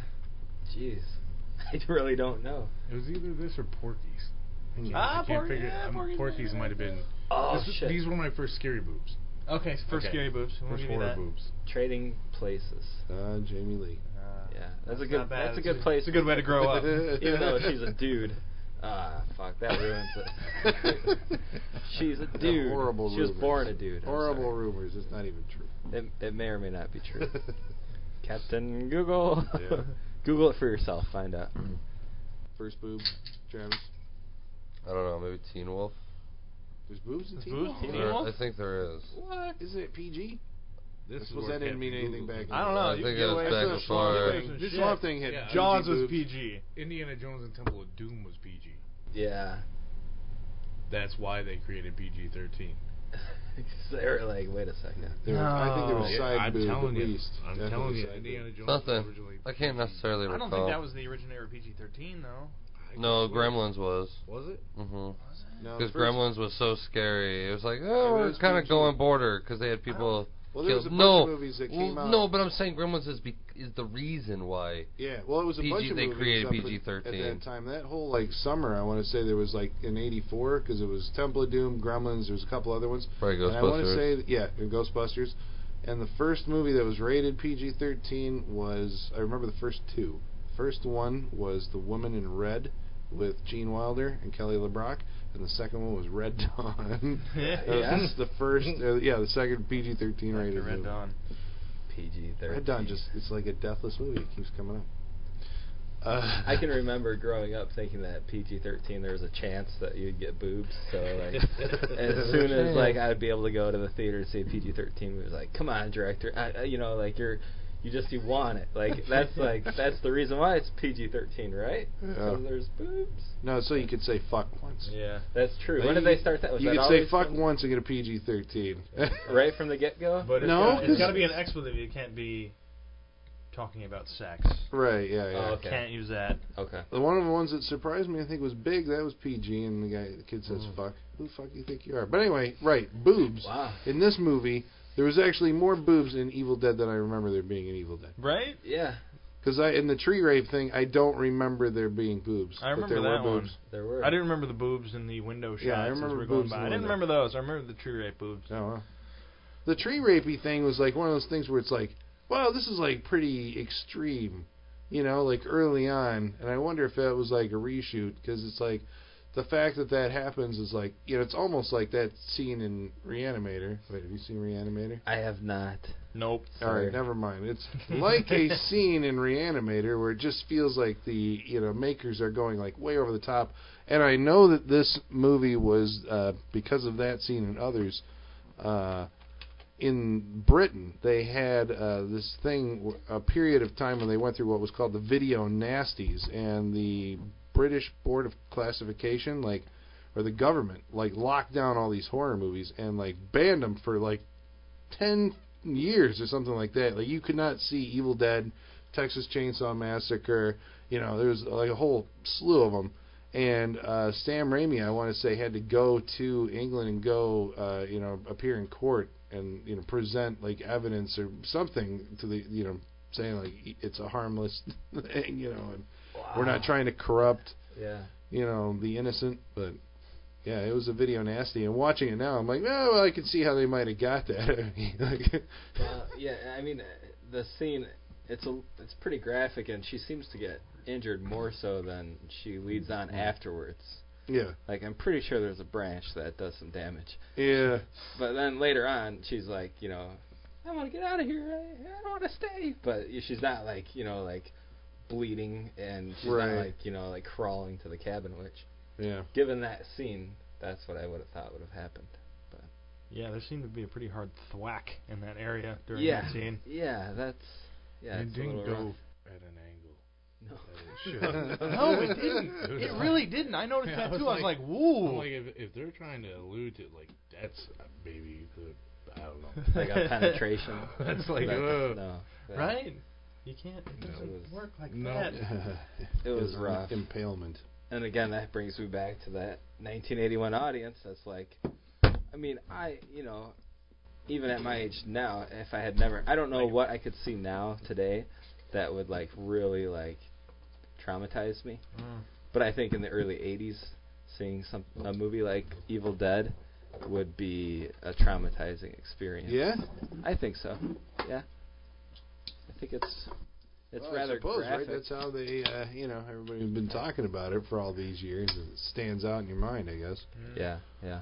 S3: jeez. I really don't know.
S6: It was either this or Porky's. I can't,
S9: Ah,
S6: I can't
S9: Porky-
S6: figure.
S9: yeah,
S6: I'm-
S9: Porky's
S6: Porky's
S9: right
S6: might have been.
S3: Oh,
S6: this-
S3: shit.
S6: These were my first scary boobs.
S9: Okay, first
S6: Okay.
S9: scary boobs. We'll
S6: First
S9: give you
S6: horror
S9: that.
S6: boobs.
S3: Trading places.
S2: Uh, Jamie Lee.
S9: Uh,
S3: Yeah. Yeah, that's, a
S9: It's
S3: good.
S9: not bad.
S3: That's a
S9: It's
S3: good
S9: a-
S3: place.
S9: it's a good way to grow up.
S3: Even though she's a dude. Ah, fuck, that ruins it. she's a
S2: They're
S3: dude.
S2: horrible
S3: she was
S2: rumors.
S3: born a dude. I'm
S2: Horrible
S3: sorry.
S2: rumors. It's not even true.
S3: It, it may or may not be true. Captain Google.
S2: Yeah.
S3: Google it for yourself. Find out.
S2: First boob, Travis.
S5: I don't know, maybe Teen Wolf.
S2: There's boobs in
S9: There's
S2: Teen
S9: boobs
S2: Wolf?
S9: in Teen
S5: There-
S9: Wolf?
S5: I think there is.
S2: What? Isn't it PG?
S6: This
S2: Well, that didn't mean anything back
S9: I don't know.
S5: I
S9: you
S5: think
S9: get
S5: it was
S9: away with
S5: back
S9: some
S5: before.
S9: shit.
S2: This Swamp Thing had
S6: Yeah,
S9: Jaws was
S2: boobs.
S9: PG.
S6: Indiana Jones and Temple of Doom was PG.
S3: Yeah.
S6: That's why they created PG thirteen.
S3: 'Cause they were like, wait a second.
S2: There was, I think there was
S9: No.
S2: side
S6: I'm
S2: boob
S6: telling
S2: at
S6: you.
S2: least.
S6: I'm
S2: Definitely
S6: telling you.
S2: side
S6: Indiana
S2: boob.
S6: Jones was
S5: Something.
S6: originally.
S5: I can't
S6: PG.
S5: necessarily
S9: I
S5: recall.
S9: don't think that was the originator PG-13 though.
S5: No, Gremlins was.
S6: Was it?
S5: Mhm.
S2: No,
S5: Because
S2: Uh, first-
S5: Gremlins was so scary. It was like,
S2: It
S5: oh, we're
S2: was
S5: kind of
S2: PG.
S5: going border because they had people.
S2: Well, there was a
S5: killed-
S2: bunch
S5: no,
S2: of movies that came
S5: well,
S2: out.
S5: No, but I'm saying Gremlins is be- is the reason why.
S2: Yeah, well, it was a
S5: PG
S2: bunch of
S5: they
S2: movies
S5: created
S2: up at-
S5: PG-13.
S2: at that time. That whole like summer, I want to say there was like in '84 because it was Temple of Doom, Gremlins. There was a couple other ones.
S5: Probably
S2: And I want to
S5: Ghostbusters.
S2: say that- yeah, and Ghostbusters. And the first movie that was rated PG-13 was I remember the first two. First one was The Woman in Red with Gene Wilder and Kelly LeBrock, and the second one was Red Dawn.
S9: Yeah.
S2: That's the first, uh, yeah, the second PG-13
S9: After
S2: rated.
S9: Red
S2: movie.
S9: Dawn.
S3: PG thirteen.
S2: Red Dawn just it's like a deathless movie. It keeps coming up. Uh,
S3: I can remember growing up thinking that PG thirteen there was a chance that you'd get boobs. So like, as soon as like I'd be able to go to the theater to see a PG thirteen movie, it was like, come on, director, I, I- you know, like you're, you just you want it. Like that's like that's the reason why it's PG thirteen, right? So
S2: Yeah.
S3: there's boobs.
S2: No, so you could say fuck once.
S9: Yeah.
S3: That's true. When did they start that? Was
S2: you
S3: Oh, that
S2: could say
S3: always
S2: fuck
S3: from-
S2: once and get a PG-13.
S3: right from the get go.
S9: But it's
S2: No,
S9: gotta- it's
S2: 'cause-
S9: got to be an expletive. You can't be talking about sex. Uh,
S2: Right, yeah, yeah.
S3: Oh, okay.
S9: Can't use that.
S3: Okay.
S2: The one of the ones that surprised me, I think, was Big. That was PG, and the guy, the kid says,
S9: Mm.
S2: "Fuck, who the fuck do you think you are?" But anyway, right, boobs.
S3: Wow.
S2: In this movie, there was actually more boobs in Evil Dead than I remember there being in Evil Dead.
S9: Right?
S3: Yeah,
S2: Because I, in the tree rape thing, I don't remember there being boobs.
S9: I
S2: but
S9: remember
S2: there
S9: that
S2: were
S9: one.
S2: boobs.
S3: there were.
S9: I didn't remember the boobs in the window shots
S2: Yeah, I
S9: as
S2: remember
S9: we're going
S2: boobs in
S9: by.
S2: the
S9: I didn't
S2: window.
S9: remember those. I remember the tree rape boobs.
S2: Oh, wow. The tree rapey thing was like one of those things where it's like, wow, this is like pretty extreme, you know, like early on. And I wonder if that was like a reshoot because it's like the fact that that happens is like, you know, it's almost like that scene in Reanimator. Wait, have you seen Reanimator?
S3: I have not.
S9: Nope.
S2: All
S3: Sorry.
S2: right, never mind. It's like a scene in Reanimator where it just feels like the you know makers are going like way over the top. And I know that this movie was uh, because of that scene and others. Uh, in Britain, they had uh, this thing, a period of time when they went through what was called the video nasties, and the British Board of Classification, like, or the government, like, locked down all these horror movies and like banned them for like ten years or something like that. Like, you could not see Evil Dead, Texas Chainsaw Massacre. You know, there was like a whole slew of them. And uh, Sam Raimi, I want to say, had to go to England and go, uh, you know, appear in court and you know present like evidence or something to the you know saying like "E, it's a harmless thing, you know, and we're not trying to corrupt
S3: Yeah.
S2: you know the innocent, but. Yeah, it was a video nasty, and watching it now, I'm like, oh, well, I can see how they might have got that. I mean, like,
S3: Uh, yeah, I mean uh, the scene. It's a it's pretty graphic, and she seems to get injured more so than she leads
S2: Mm-hmm.
S3: on afterwards.
S2: yeah,
S3: Like I'm pretty sure there's a branch that does some damage,
S2: yeah,
S3: but then later on she's like, you know, I want to get out of here. I, I don't want to stay. But she's not like you know like bleeding, and she's
S2: Right.
S3: not like you know like crawling to the cabin. Which,
S2: yeah.
S3: given that scene, that's what I would have thought would have happened.
S9: Yeah, there seemed to be a pretty hard thwack in that area during
S3: yeah.
S9: that scene.
S3: Yeah, that's yeah.
S6: You
S3: It's a little
S6: didn't go
S3: rough.
S6: at an angle. that it should.
S3: No.
S9: No, it didn't. It really didn't. I noticed
S6: Yeah, I
S9: that
S6: was
S9: too. I was
S6: like-
S9: like, woo.
S6: I'm like if, if they're trying to allude to like that's uh, maybe the I don't know.
S3: like a penetration.
S6: That's like,
S3: That-
S6: uh,
S3: no, that-
S9: right? You can't. It
S3: No.
S9: doesn't work like
S6: No.
S9: that.
S3: It was
S2: It's an
S3: rough.
S2: Impalement.
S3: And again, that brings me back to that 1981 audience. That's like, I mean, I you know, even at my age now, if I had never, I don't know what I could see now today that would like really like traumatize me.
S9: Mm.
S3: But I think in the early 80s, seeing some a movie like Evil Dead would be a traumatizing experience.
S2: Yeah,
S3: I think so. Yeah. I think it's It's
S2: Well,
S3: rather
S2: I suppose,
S3: graphic.
S2: right? That's how they, uh, you know, everybody's been talking about it for all these years. and It stands out in your mind, I guess.
S3: yeah, yeah.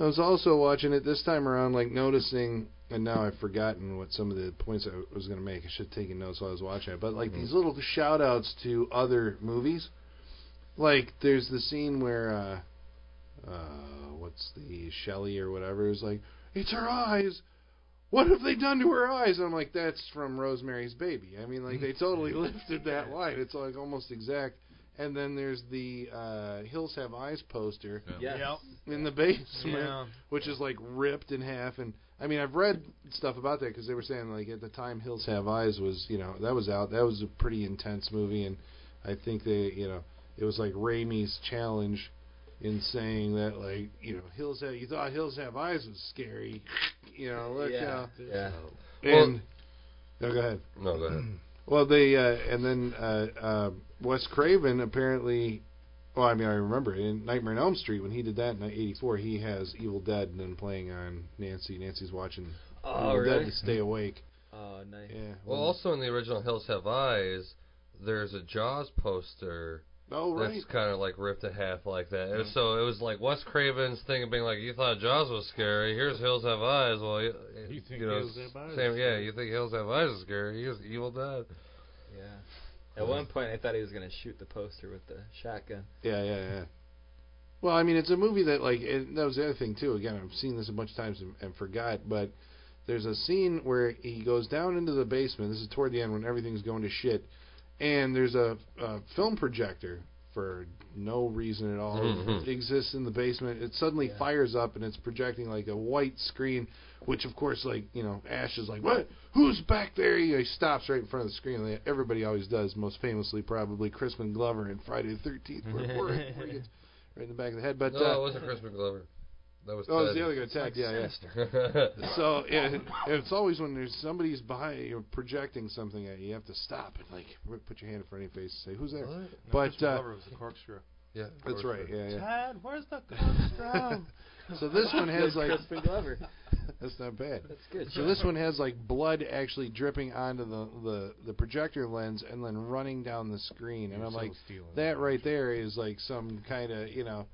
S2: I was also watching it this time around, like noticing, and now I've forgotten what some of the points I was going to make. I should have taken notes while I was watching it. But like these little shout outs to other movies. Like there's the scene where, uh, uh, what's the Shelley or whatever is like, it's her eyes. What have they done to her eyes? And I'm like, that's from Rosemary's Baby. I mean, like they totally lifted that line. It's like almost exact. And then there's the uh, Hills Have Eyes poster
S3: Yes.
S9: Yep.
S2: in the basement
S9: Yeah.
S2: which is like ripped in half. And I mean, I've read stuff about that because they were saying like at the time, Hills Have Eyes was you know that was out. That was a pretty intense movie, and I think they you know it was like Raimi's challenge in saying that like you know Hills Have you thought Hills Have Eyes was scary, you know look
S3: Yeah.
S2: how-
S3: Yeah.
S2: and no go ahead.
S5: No, go ahead.
S2: Well, they uh, and then uh, uh, Wes Craven apparently. Well, I mean, I remember in Nightmare on Elm Street when he did that in '84. He has Evil Dead and then playing on Nancy. Nancy's watching
S3: Oh,
S2: Evil Dead
S3: really?
S2: to stay awake.
S3: Oh, nice.
S2: Yeah.
S5: Well, also in the original Hills Have Eyes, there's a Jaws poster
S2: oh right. Mm.
S5: that's kind of like ripped a half like that. And so it was like Wes Craven's thing of being like, "You thought Jaws was scary? Here's Hills Have Eyes." Well, you,
S6: You think
S5: know,
S6: Hills Have Eyes
S5: Same,
S6: is
S5: yeah,
S6: scary.
S5: you think Hills Have Eyes is scary? Here's Evil Dead.
S3: Yeah. At one point, I thought he was gonna shoot the poster with the shotgun.
S2: Yeah, yeah, yeah. Well, I mean, it's a movie that like it, that was the other thing too. Again, I've seen this a bunch of times and, and forgot, but there's a scene where he goes down into the basement. This is toward the end when everything's going to shit, and there's a, a film projector for no reason at all
S5: Mhm.
S2: exists in the basement. It suddenly fires up and it's projecting like a white screen, which of course, like you know, Ash is like, "What? Who's back there?" He, he stops right in front of the screen. Like everybody always does, most famously probably Crispin Glover in Friday the Thirteenth, where where it- where it gets right in the back of the head. But
S5: No,
S2: uh,
S5: Oh, it wasn't Crispin Glover. That was.
S2: oh, it was
S5: Ted.
S2: the other guy, Ted. yeah, yeah. So yeah, it's always when there's somebody's behind you projecting something at you, you have to stop and like r- put your hand in front of your face and say, "Who's there?"
S5: What?
S2: But uh,
S9: was the corkscrew.
S5: yeah,
S2: that's right. Yeah, yeah.
S9: Tad, where's the corkscrew?
S2: So this one has like
S3: Crispin Glover.
S2: that's not bad.
S3: That's good.
S2: So this one has like blood actually dripping onto the, the, the projector lens and then running down the screen, and I'm like,
S6: stealing.
S2: that right there is like some kind of you know,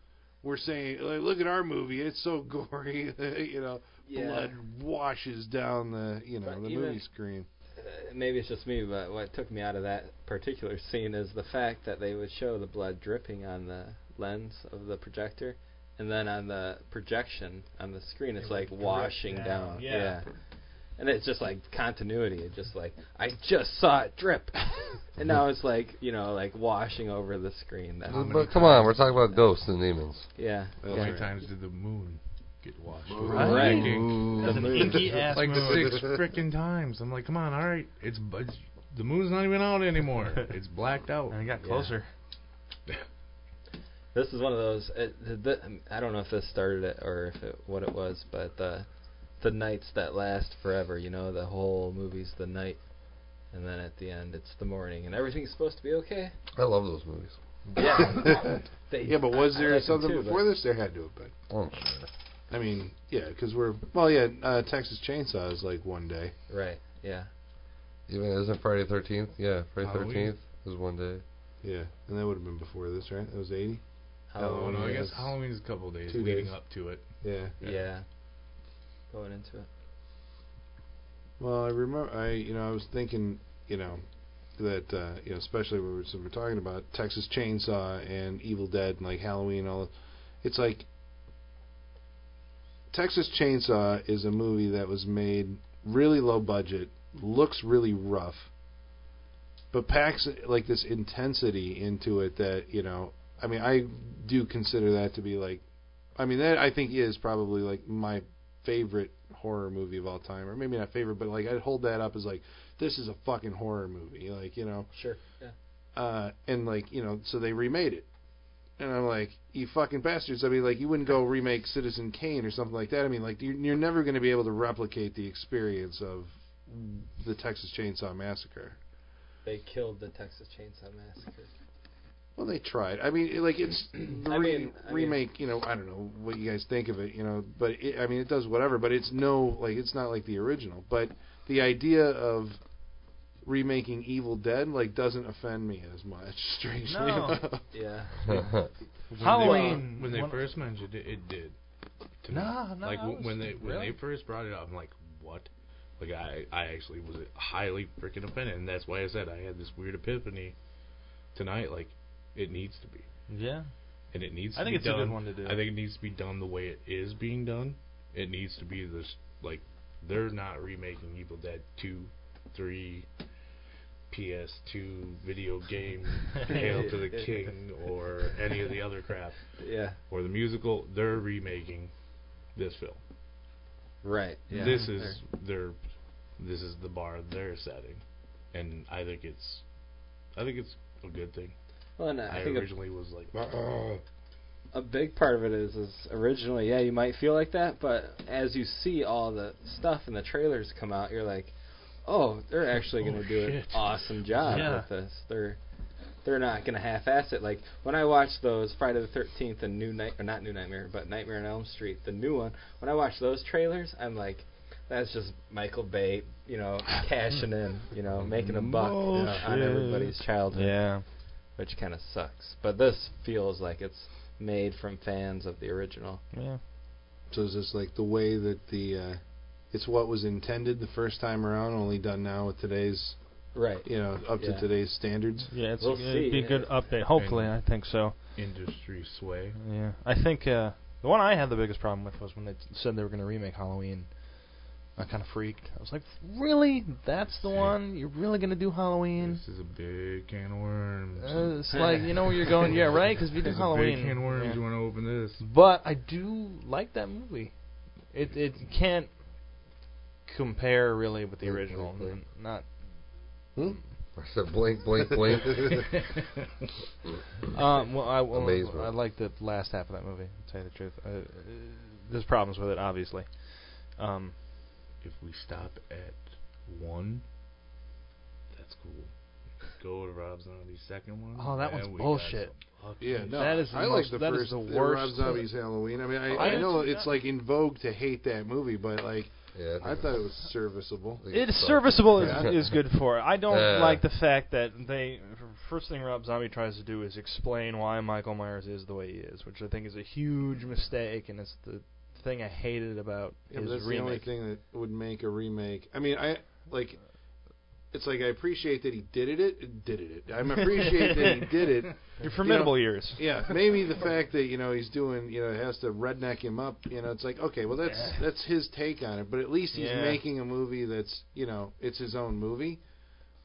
S2: we're saying like, look at our movie, it's so gory, you know,
S3: Yeah.
S2: blood washes down the you know
S3: But
S2: the
S3: even-
S2: movie screen.
S3: Uh, maybe it's just me, but what took me out of that particular scene is the fact that they would show the blood dripping on the lens of the projector, and then on the projection on the screen, it's like washing down.
S9: down. Yeah.
S3: And it's just like continuity. It's just like I just saw it drip, and now it's like you know, like washing over the screen. That
S5: But come on, we're talking about ghosts and demons.
S3: yeah,
S6: How
S2: Yeah.
S6: many times did the moon get washed?
S3: Right.
S9: That's an inky ass
S6: Like
S9: move.
S6: the six freaking times. I'm like, come on, all right. It's, bu- it's the moon's not even out anymore. It's blacked out.
S9: And it got
S3: Yeah.
S9: closer.
S3: This is one of those. It, th th I don't know if this started it or if it, what it was, but the the nights that last forever. You know, the whole movie's the night, and then at the end it's the morning, and everything's supposed to be okay.
S5: I love those movies.
S3: Yeah. They-
S2: Yeah, but was
S3: I- I
S2: there
S3: like them
S2: something
S3: too, but-
S2: before this? There had to have been.
S5: Oh, sure.
S2: I mean, yeah, because we're well, yeah, uh, Texas Chainsaw is like one day.
S3: Right. Yeah.
S5: Even isn't Friday Thirteenth? Yeah, Friday
S6: Halloween.
S5: Thirteenth is one day.
S2: Yeah, and that would have been before this, right? That was eighty.
S6: Oh,
S3: Halloween.
S6: no, I guess
S2: Yes.
S6: Halloween's a couple days
S2: Two
S6: leading
S2: days.
S6: up to it.
S2: Yeah.
S3: yeah. Going into it.
S2: Well, I remember, I you know, I was thinking, you know, that uh, you know, especially when we were, so we're talking about Texas Chainsaw and Evil Dead and like Halloween, and all. It's like Texas Chainsaw is a movie that was made really low budget, looks really rough, but packs like this intensity into it that you know. I mean, I do consider that to be like, I mean, that I think is probably like my favorite horror movie of all time, or maybe not favorite, but like I'd hold that up as like this is a fucking horror movie, like you know,
S3: Sure. Yeah.
S2: uh, and like you know, so they remade it, and I'm like, you fucking bastards! I mean, like you wouldn't go remake Citizen Kane or something like that. I mean, like you're, you're never going to be able to replicate the experience of the Texas Chainsaw Massacre.
S3: They killed the Texas Chainsaw Massacre.
S2: Well, they tried. I mean, it- like it's the
S3: I
S2: re-
S3: mean- I mean-
S2: remake. You know, I don't know what you guys think of it. You know, but it, I mean, it does whatever. But it's no like it's not like the original. But the idea of remaking Evil Dead like doesn't offend me as much. Strangely
S9: No.
S2: enough.
S3: Yeah.
S6: When
S9: Halloween-
S6: They, when they
S9: one-
S6: first mentioned it, it did. To
S9: No,
S6: me.
S9: no,
S6: Like
S9: I was-
S6: when they when
S9: really?
S6: they first brought it up, I'm like, what? Like I I actually was highly freaking offended, and that's why I said I had this weird epiphany tonight. Like it needs to be,
S9: Yeah.
S6: and it needs. To
S9: I think
S6: be
S9: it's a
S6: done.
S9: good one to do.
S6: I think it needs to be done the way it is being done. It needs to be this like they're not remaking Evil Dead two, three. PS2 video game Hail to the King or any of the other crap
S3: Yeah.
S6: or the musical, they're remaking this film.
S3: Right. Yeah.
S6: this is their this is the bar they're setting. And I think it's I think it's a good thing.
S3: Well, and
S6: I,
S3: I think a
S6: originally was like "Ugh."
S3: a big part of it is is originally yeah you might feel like that but as you see all the stuff and the trailers come out you're like oh they're actually going to
S6: Oh,
S3: do an
S6: shit.
S3: awesome job
S9: Yeah.
S3: with this they're they're not going to half-ass it like when i watched those friday the 13th and new night or not new nightmare but nightmare on elm street the new one when i watch those trailers i'm like that's just michael bay you know cashing in you know making a buck you know, on
S9: Bullshit.
S3: everybody's childhood
S9: Yeah.
S3: which kind of sucks. But this feels like it's made from fans of the original.
S9: Yeah.
S2: So is this like the way that the uh, it's what was intended the first time around, only done now with today's
S3: Right.
S2: you know up
S3: Yeah.
S2: to today's standards?
S9: Yeah, it's
S3: We'll
S9: it'd be a
S3: see.
S9: good update. Hopefully, I think so.
S6: industry sway.
S9: Yeah, I think uh, the one I had the biggest problem with was when they t- said they were going to remake Halloween. I kind of freaked. I was like, "Really? That's the
S6: Yeah.
S9: one? You're really going to do Halloween?"
S6: This is a big can of worms.
S9: Uh, it's like you know where you're going. Yeah, right. Because we do
S6: There's a
S9: Halloween.
S6: big can of worms.
S9: Yeah.
S6: You want to open this?
S9: But I do like that movie. It it can't compare really with the original. N- Not.
S5: I said blink, blink, blink.
S9: Um, well, I well,
S5: Amazement.
S9: I like the last half of that movie. To tell you the truth, uh, uh, there's problems with it, obviously. Um,
S6: If we stop at one, that's cool. Go to Rob Zombie's second one.
S9: Oh, that
S6: man,
S9: one's
S6: we got
S9: bullshit.
S6: some fucking
S2: Yeah, no.
S9: That is the
S2: I
S9: most-
S2: like the
S9: that is
S2: first
S9: the
S2: uh, Rob
S9: worst.
S2: Zombie's Halloween. I mean, I,
S9: I
S2: I, know
S9: didn't-
S2: it's like in vogue to hate that movie, but like
S5: yeah,
S2: I thought it was serviceable.
S5: think
S9: It is
S5: sucked.
S9: serviceable
S5: Yeah.
S9: is, is good for it. I don't
S5: Yeah.
S9: like the fact that they first thing Rob Zombie tries to do is explain why Michael Myers is the way he is, which I think is a huge mistake, and it's the thing I hated about
S2: Yeah, but
S9: his
S2: that's
S9: remake.
S2: the only thing that would make a remake. I mean, I like. It's like I appreciate that he did it. It did it. I'm appreciate that he did it.
S9: Your formidable years.
S2: Yeah, maybe the fact that you know he's doing you know has to redneck him up. You know, it's like okay, well that's
S9: Yeah.
S2: that's his take on it. But at least he's
S9: Yeah.
S2: making a movie that's you know it's his own movie.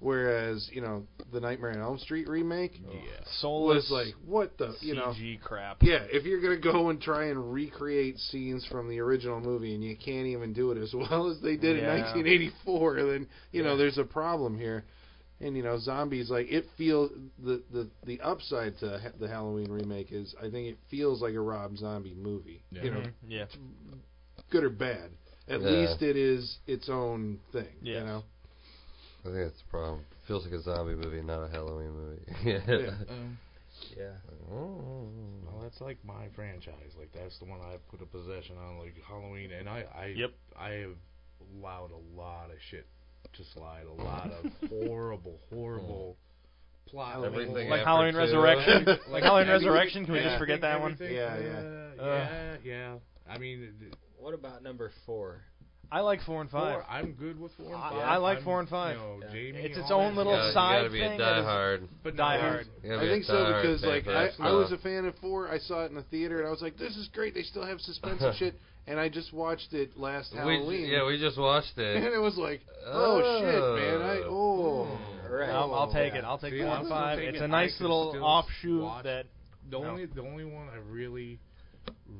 S2: Whereas you know the Nightmare on Elm Street remake
S6: Yeah.
S9: Soulless,
S2: was like what the
S9: CG
S2: you know
S9: crap.
S2: yeah if you're gonna go and try and recreate scenes from the original movie and you can't even do it as well as they did
S9: Yeah.
S2: in 1984, then you
S9: Yeah.
S2: know there's a problem here. And you know, zombies like it feels the the the upside to ha- the Halloween remake is I think it feels like a Rob Zombie movie.
S6: Yeah.
S2: You know,
S9: Mhm, yeah.
S2: good or bad, at
S5: Yeah.
S2: least it is its own thing.
S9: Yes.
S2: You know,
S5: I think that's the problem. Feels like a zombie movie, not a Halloween movie.
S2: Yeah.
S6: Um,
S3: Yeah.
S6: Well, that's like my franchise. Like that's the one I put a possession on, like Halloween. And I, I,
S9: Yep.
S6: I have allowed a lot of shit to slide. A lot of horrible, horrible plot.
S5: Everything
S9: Like
S5: after
S9: Halloween
S5: two.
S9: Resurrection. like Halloween
S6: everything-
S9: Resurrection. Can we just
S6: everything,
S9: forget that one?
S6: everything,
S2: Yeah,
S6: uh,
S9: yeah.
S6: yeah, yeah. I mean, th-
S3: What about number four?
S9: I like four and
S6: four,
S9: five.
S6: I'm good with four and
S9: I-
S6: five.
S9: I like
S6: I'm,
S9: four and five.
S6: You know,
S3: Yeah.
S6: Jamie,
S9: It's its
S6: all
S9: own
S6: that-
S9: little
S5: you gotta,
S6: Yeah,
S9: side
S5: you gotta be
S9: thing
S5: a
S9: that is-
S5: diehard.
S6: But
S9: Die
S6: no,
S9: Hard.
S5: You gotta
S2: I
S5: be a
S2: think so
S5: diehard
S2: because
S5: fan
S2: like
S5: for
S2: I,
S5: that
S2: I was a
S5: stuff.
S2: fan of four. I saw it in the theater and I was like, this is great. They still have suspense and shit. And I just watched it last Halloween.
S5: We, yeah, we just watched
S2: and
S5: it.
S2: it was like, oh,
S5: Oh.
S2: shit, man! I oh,
S3: Right.
S9: I'll, I'll take
S3: Yeah.
S9: it. I'll take
S6: See,
S9: four
S6: I'm
S9: and
S6: still
S9: five.
S6: taking-
S9: It's a
S6: I
S9: nice
S6: can
S9: little
S6: still
S9: offshoot
S6: watch
S9: that.
S6: The
S9: No.
S6: only the only one I really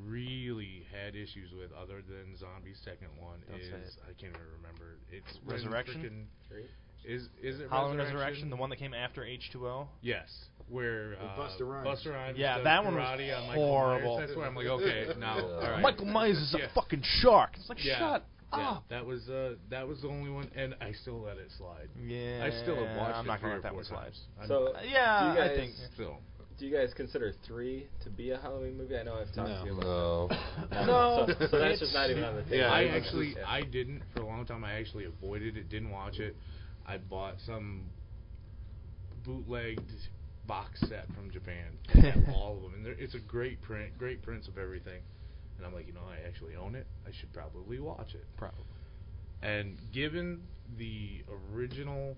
S6: really had issues with other than Zombie's second one
S9: Don't say
S6: is I can't even remember. It's when
S9: Resurrection?
S6: frickin- Is is it
S9: Halloween
S6: Resurrection?
S9: Resurrection, the one that came after H2O.
S6: Yes, where uh,
S2: Busta Rhymes.
S6: Busta Rhymes
S9: Yeah,
S6: does
S9: that one was
S6: karate on Michael Myers.
S9: horrible.
S6: That's where I'm like, okay, no, all right.
S9: Michael Myers is
S6: Yeah.
S9: a fucking shark. It's like,
S6: Yeah.
S9: shut
S6: Yeah,
S9: up.
S6: That was uh, that was the only one, and I still let it slide.
S9: Yeah.
S6: I still have watched
S9: I'm
S6: it
S9: not
S6: three
S9: gonna
S6: or
S9: let that
S6: four
S9: one slide.
S6: times. I'm-
S3: So
S9: Yeah,
S3: do you
S9: I
S3: guys,
S9: think-
S6: still.
S3: Do you guys consider three to be a Halloween movie? I know I've talked
S2: No.
S3: to you
S5: No.
S3: about. that.
S9: No.
S3: So, so that's
S9: It's-
S3: just not even on the table.
S2: Yeah,
S6: I
S2: I know.
S6: actually
S3: Yeah.
S6: I didn't for a long time. I actually avoided it. Didn't watch it. I bought some bootlegged box set from Japan. They have all of them, and they're- it's a great print, great prints of everything. And I'm like, you know, I actually own it. I should probably watch it.
S9: Probably.
S6: And given the original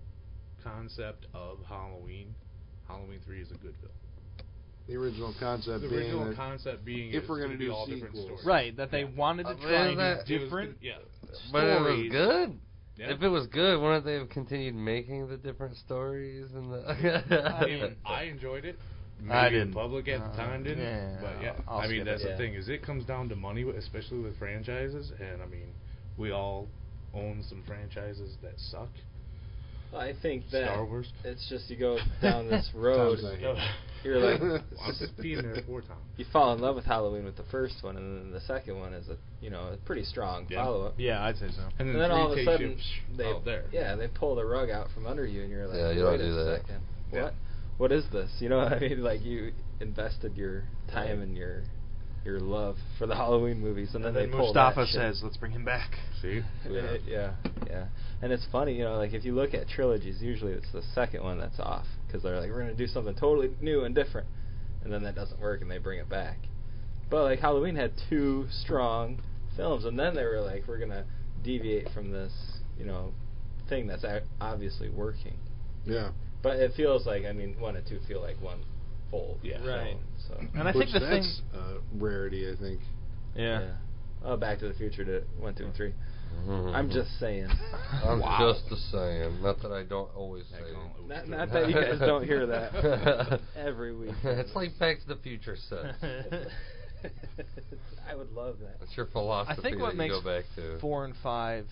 S6: concept of Halloween, Halloween Three is a good film.
S2: The original concept
S6: The
S2: being
S6: original
S2: that-
S6: concept being
S2: if
S6: is
S2: we're
S6: it's
S2: gonna
S6: gonna be
S2: do
S6: all different
S2: sequels.
S6: stories.
S9: Right, that they
S6: Yeah.
S9: wanted to
S5: Uh,
S9: try
S5: that-
S9: and do
S6: It was-
S9: different.
S6: yeah.
S5: But it was
S9: stories.
S5: good.
S6: yeah.
S5: If it was good, wouldn't they have continued making the different stories and the?
S9: I mean,
S6: I enjoyed it. Maybe
S9: I
S6: The
S9: didn't.
S6: public at
S9: Uh,
S6: the time didn't.
S9: yeah,
S6: but yeah,
S9: I'll- I'll
S6: I mean
S9: skip
S6: that's
S3: it.
S6: the
S3: Yeah.
S6: thing is it comes down to money, especially with franchises. And I mean, we all own some franchises that suck.
S3: Well, I think that
S6: Star Wars.
S3: it's just you go down this road.
S2: Sounds like-
S3: you're like
S6: I'm just being there for Tom.
S3: you fall in love with Halloween with the first one, and then the second one is a you know a pretty strong
S6: Yeah.
S3: follow up.
S9: Yeah, I'd say so.
S6: And then,
S3: And then
S6: three
S3: all of a
S6: takes
S3: sudden,
S6: you
S3: they
S6: out there.
S3: yeah they pull the rug out from under you, and you're like,
S5: Yeah, you don't
S3: wait
S5: do
S3: a
S5: that.
S3: second,
S6: Yeah.
S3: what what is this? You know what I mean? Like you invested your time and your your love for the Halloween movies, and,
S9: And
S3: then,
S9: then
S3: they pull
S9: Mustafa
S3: that shit.
S9: says, "Let's bring him back."
S6: See.
S3: yeah. yeah, yeah. And it's funny, you know, like if you look at trilogies, usually it's the second one that's off because they're like, we're gonna do something totally new and different, and then that doesn't work, and they bring it back. But like Halloween had two strong films, and then they were like, we're gonna deviate from this, you know, thing that's a- obviously working.
S2: yeah.
S3: But it feels like, I mean, one and two feel like one fold.
S6: Yeah.
S9: Right.
S3: So,
S9: And I
S2: Which
S9: think the thing.
S2: that's uh, rarity, I think.
S9: Yeah.
S3: Oh, Back to the Future did it. one, two, and three.
S5: Mm-hmm.
S3: I'm just saying.
S5: I'm
S6: Wow.
S5: just a saying. Not that I don't always say.
S6: That
S5: it.
S6: gauntlet was
S3: Not-
S6: good.
S3: not that you guys don't hear that every week.
S5: it's like Back to the Future says.
S3: I would love that.
S5: It's your philosophy
S9: I think what
S5: that
S9: makes
S5: you go back to.
S9: four and five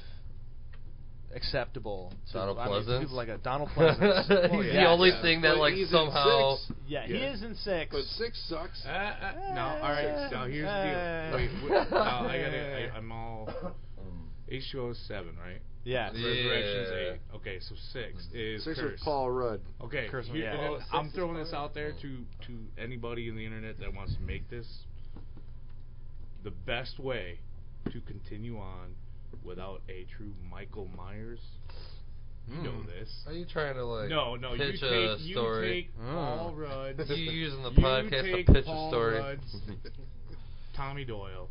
S9: acceptable. To,
S5: Donald
S9: I mean, to
S5: Pleasance?
S9: people like a Donald Pleasance. Well,
S5: He's
S9: yeah.
S5: the only
S2: yeah.
S5: thing that
S2: But
S5: like
S2: he's in
S5: somehow.
S2: six.
S9: Yeah, he
S6: Yeah.
S9: is in six.
S2: But six sucks.
S6: Uh, uh, no, all right. Now here's
S9: Uh,
S6: the deal. Wait, wait no, I gotta. I, I'm all.
S3: Um,
S6: H2O is seven, right?
S9: Yeah.
S5: Yeah. Mm-hmm.
S6: Resurrection's eight. Okay, so six is
S2: Six
S6: Curse.
S2: with Paul Rudd.
S6: Okay,
S9: Curse,
S6: you-
S9: yeah.
S6: and
S9: Oh,
S6: then
S3: six
S6: I'm
S3: is
S6: throwing
S3: Paul
S6: this out there to to anybody in the internet that wants to make this. The best way to continue on without a true Michael Myers. You know this.
S5: Hmm. Are you trying to like?
S6: no, no. You
S5: pitch
S6: take
S5: a
S6: you
S5: story. Hmm.
S6: take Paul Rudd.
S5: You using the
S6: you
S5: podcast
S6: take
S5: to pitch
S6: Paul
S5: a story?
S6: Rudd's Tommy Doyle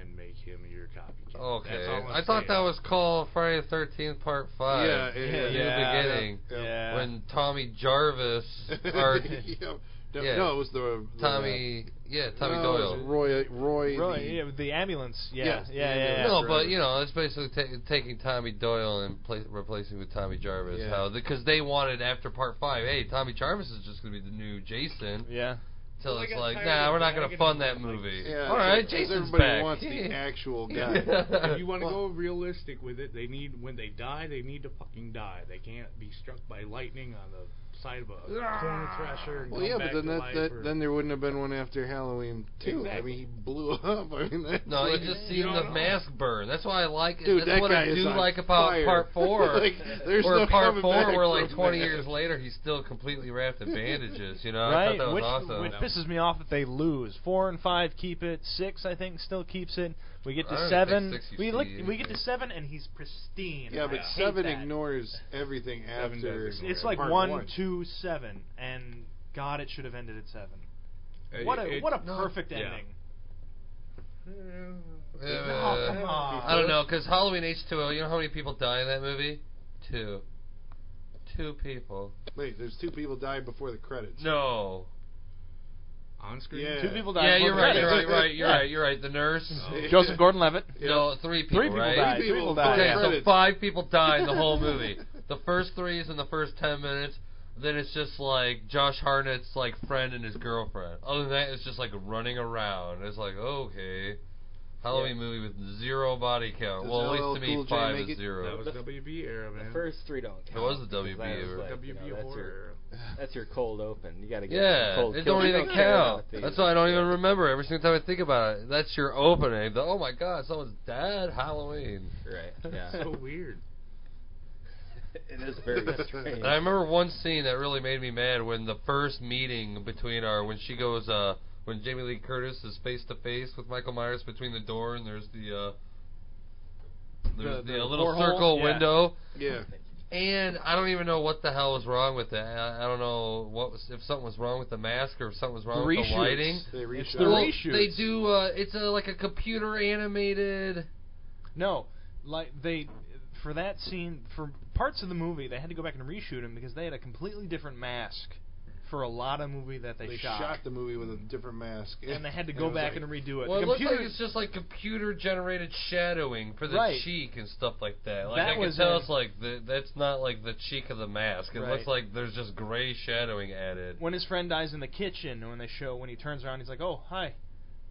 S6: and make him your copycat.
S5: okay,
S6: That's all I'm
S5: I thought
S6: saying.
S5: that was called Friday the Thirteenth Part Five.
S2: Yeah,
S5: in
S2: yeah,
S5: the
S9: yeah.
S5: beginning
S9: Yeah.
S5: when Tommy Jarvis or
S2: yeah. No,
S5: Yeah.
S2: no, it was the, the uh,
S5: Tommy, yeah,
S2: no,
S5: Tommy
S2: it was
S5: Doyle.
S2: Roy, Roy,
S9: Roy,
S2: the-
S9: Oh, yeah, the ambulance. Yeah.
S2: Yes, the
S9: Yeah. Yeah. yeah.
S5: No, but you know, it's basically ta- taking Tommy Doyle and pla- replacing with Tommy Jarvis.
S2: Yeah.
S5: How because they wanted after part five, hey, Tommy Jarvis is just gonna be the new Jason.
S9: Yeah.
S5: So
S6: Well, I
S5: it's
S6: got
S5: like,
S6: tired
S5: nah,
S6: of
S5: we're not
S6: dragging
S5: gonna fund
S6: him
S5: that
S6: out,
S5: movie.
S2: Yeah,
S5: All right,
S2: because
S5: Jason's
S2: everybody
S5: back.
S2: wants the actual guy.
S9: Uh,
S6: If you want to
S2: Well-
S6: go realistic with it, they need when they die, they need to fucking die. They can't be struck by lightning on the side of a
S9: Ah.
S6: corn thresher. And
S2: Well,
S6: come
S2: yeah,
S6: back
S2: but then
S6: to
S2: that,
S6: life
S2: that
S6: or-
S2: then there wouldn't have been one after Halloween too. I
S6: Exactly.
S2: mean, he blew up. I mean, that's
S5: No, you
S2: like,
S5: just
S6: You
S5: seen
S6: don't
S5: the
S6: know.
S5: mask burn. That's why I like it.
S2: dude,
S5: That's
S2: that
S5: what
S2: guy
S5: I
S2: is
S5: do
S2: on
S5: like about
S2: fire.
S5: part four.
S2: like, there's
S5: or
S2: no
S5: part
S2: coming
S5: four,
S2: back
S5: where like
S2: from
S5: 20
S2: that.
S5: years later, he's still completely wrapped in bandages. You know, I thought
S9: right.
S5: that was
S9: which
S5: awesome.
S9: which pisses me off that they lose. Four and five keep it. Six, I think, still keeps it. We get
S5: I
S9: to
S5: don't
S9: seven.
S5: think six you
S9: We
S5: see
S9: look. We get
S5: anything.
S9: to seven, and he's pristine.
S2: Yeah,
S9: I
S2: but
S9: hate
S2: seven
S9: that.
S2: ignores everything
S6: Seven
S2: after.
S6: does ignore
S9: It's like
S2: part
S9: one, two, seven, and God, it should have ended at seven.
S6: It-
S9: What a
S6: it-
S9: what a
S5: no,
S9: perfect
S6: yeah.
S9: ending.
S5: Uh,
S9: Oh, come on.
S5: I don't know, because Halloween H2O, you know how many people die in that movie? Two. Two people.
S2: Wait, there's two people died before the credits.
S5: No.
S6: on screen.
S2: Yeah.
S9: Two people died.
S5: Yeah,
S9: before
S5: you're
S9: the
S5: right, you're right,
S9: credits.
S5: you're right, you're
S9: Yeah.
S5: right, you're right. The nurse.
S2: Oh.
S9: Joseph Gordon-Levitt.
S2: Yeah.
S5: No, three people,
S9: Three people
S5: right?
S9: died. Two
S2: people
S9: people
S2: died.
S9: died.
S5: Okay,
S9: yeah.
S5: so
S2: Credits.
S5: five people die in the whole movie. The first three is in the first ten minutes. Then it's just like Josh Hartnett's like friend and his girlfriend. Other than that, it's just like running around. It's like okay, Halloween movie with zero body count.
S2: Does
S5: well, at
S2: LL
S5: least to me,
S2: Cool J
S5: five
S2: make
S5: is
S2: it?
S6: That
S5: zero.
S6: was WB era, man.
S3: The first three don't count.
S5: It was the
S3: because
S5: WB
S3: that was
S5: era.
S3: like, you
S6: WB
S3: know, that's,
S6: horror
S3: your,
S6: era.
S3: that's your cold open. You got to get
S5: Yeah,
S3: some cold.
S5: it
S3: kill.
S5: don't
S3: You
S5: even
S3: care
S5: count.
S3: about these.
S5: That's why I don't even remember every single time I think about it. That's your opening. The, oh my god, someone's dead. Halloween.
S3: Right. Yeah.
S6: so weird.
S3: it is very strange.
S5: And I remember one scene that really made me mad when the first meeting between our when she goes uh when Jamie Lee Curtis is face to face with Michael Myers between the door and there's the uh there's
S9: The-
S5: the, uh,
S9: the
S5: little
S9: borehole?
S5: circle
S9: Yeah.
S5: window
S2: Yeah.
S5: And I don't even know what the hell was wrong with it. I, I don't know what was if something was wrong with the mask or if something was wrong with the
S9: Reshoots.
S5: lighting.
S2: They reach
S9: It's
S2: out.
S9: the
S5: well,
S9: reshoots.
S5: they do. Uh, it's a, like a computer animated.
S9: No, like they for that scene for parts of the movie they had to go back and reshoot him because they had a completely different mask for a lot of movie that they,
S2: They shot the movie with a different mask,
S9: and they had to
S2: And
S9: go
S2: it was
S9: back
S2: like-
S9: and redo it.
S5: Well,
S9: the
S5: it looks
S9: computer
S5: like it's just like computer generated shadowing for the
S9: Right.
S5: cheek and stuff like that. Like
S9: That
S5: I can
S9: was
S5: tell
S9: a-
S5: it's like the, that's not like the cheek of the mask. It looks
S9: Right.
S5: like there's just gray shadowing added.
S9: when his friend dies in the kitchen, when they show when he turns around, he's like, "Oh, hi."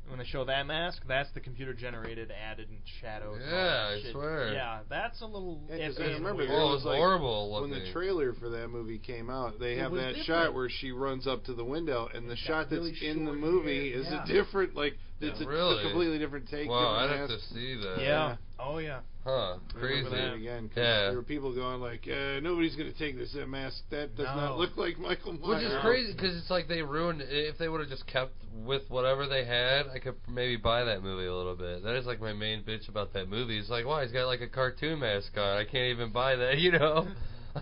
S9: When they show that mask, that's the computer generated added and shadows. and all
S5: Yeah,
S9: that
S5: I
S9: shit.
S5: swear.
S9: Yeah, that's a little.
S2: Yeah, 'cause
S9: iffy
S2: I
S9: and
S2: remember
S9: weird.
S2: there
S5: Oh, it was
S2: was, like,
S5: horrible
S2: when
S5: looking.
S2: the trailer for that movie came out, they
S9: It
S2: have
S9: was
S2: that
S9: different.
S2: shot where she runs up to the window, and the
S9: It's got
S2: shot that's
S9: really
S2: in the
S9: short
S2: movie
S9: hair.
S2: is
S9: Yeah.
S2: a different, like, it's
S5: Yeah,
S2: a,
S5: really?
S2: a completely different take.
S5: wow, I'd
S2: different
S5: have to
S2: mask.
S5: see that.
S9: yeah. Oh yeah.
S5: Huh.
S2: I
S5: Crazy.
S2: remember that again 'cause
S5: Yeah.
S2: there were people going like, uh, "Nobody's going to take this uh, mask. That does
S9: No.
S2: not look like Michael Myers."
S5: Which is crazy because it's like they ruined. If they would have just kept with whatever they had, I could maybe buy that movie a little bit. That is like my main bitch about that movie. It's like, wow, he's got like a cartoon mask on. I can't even buy that. You know,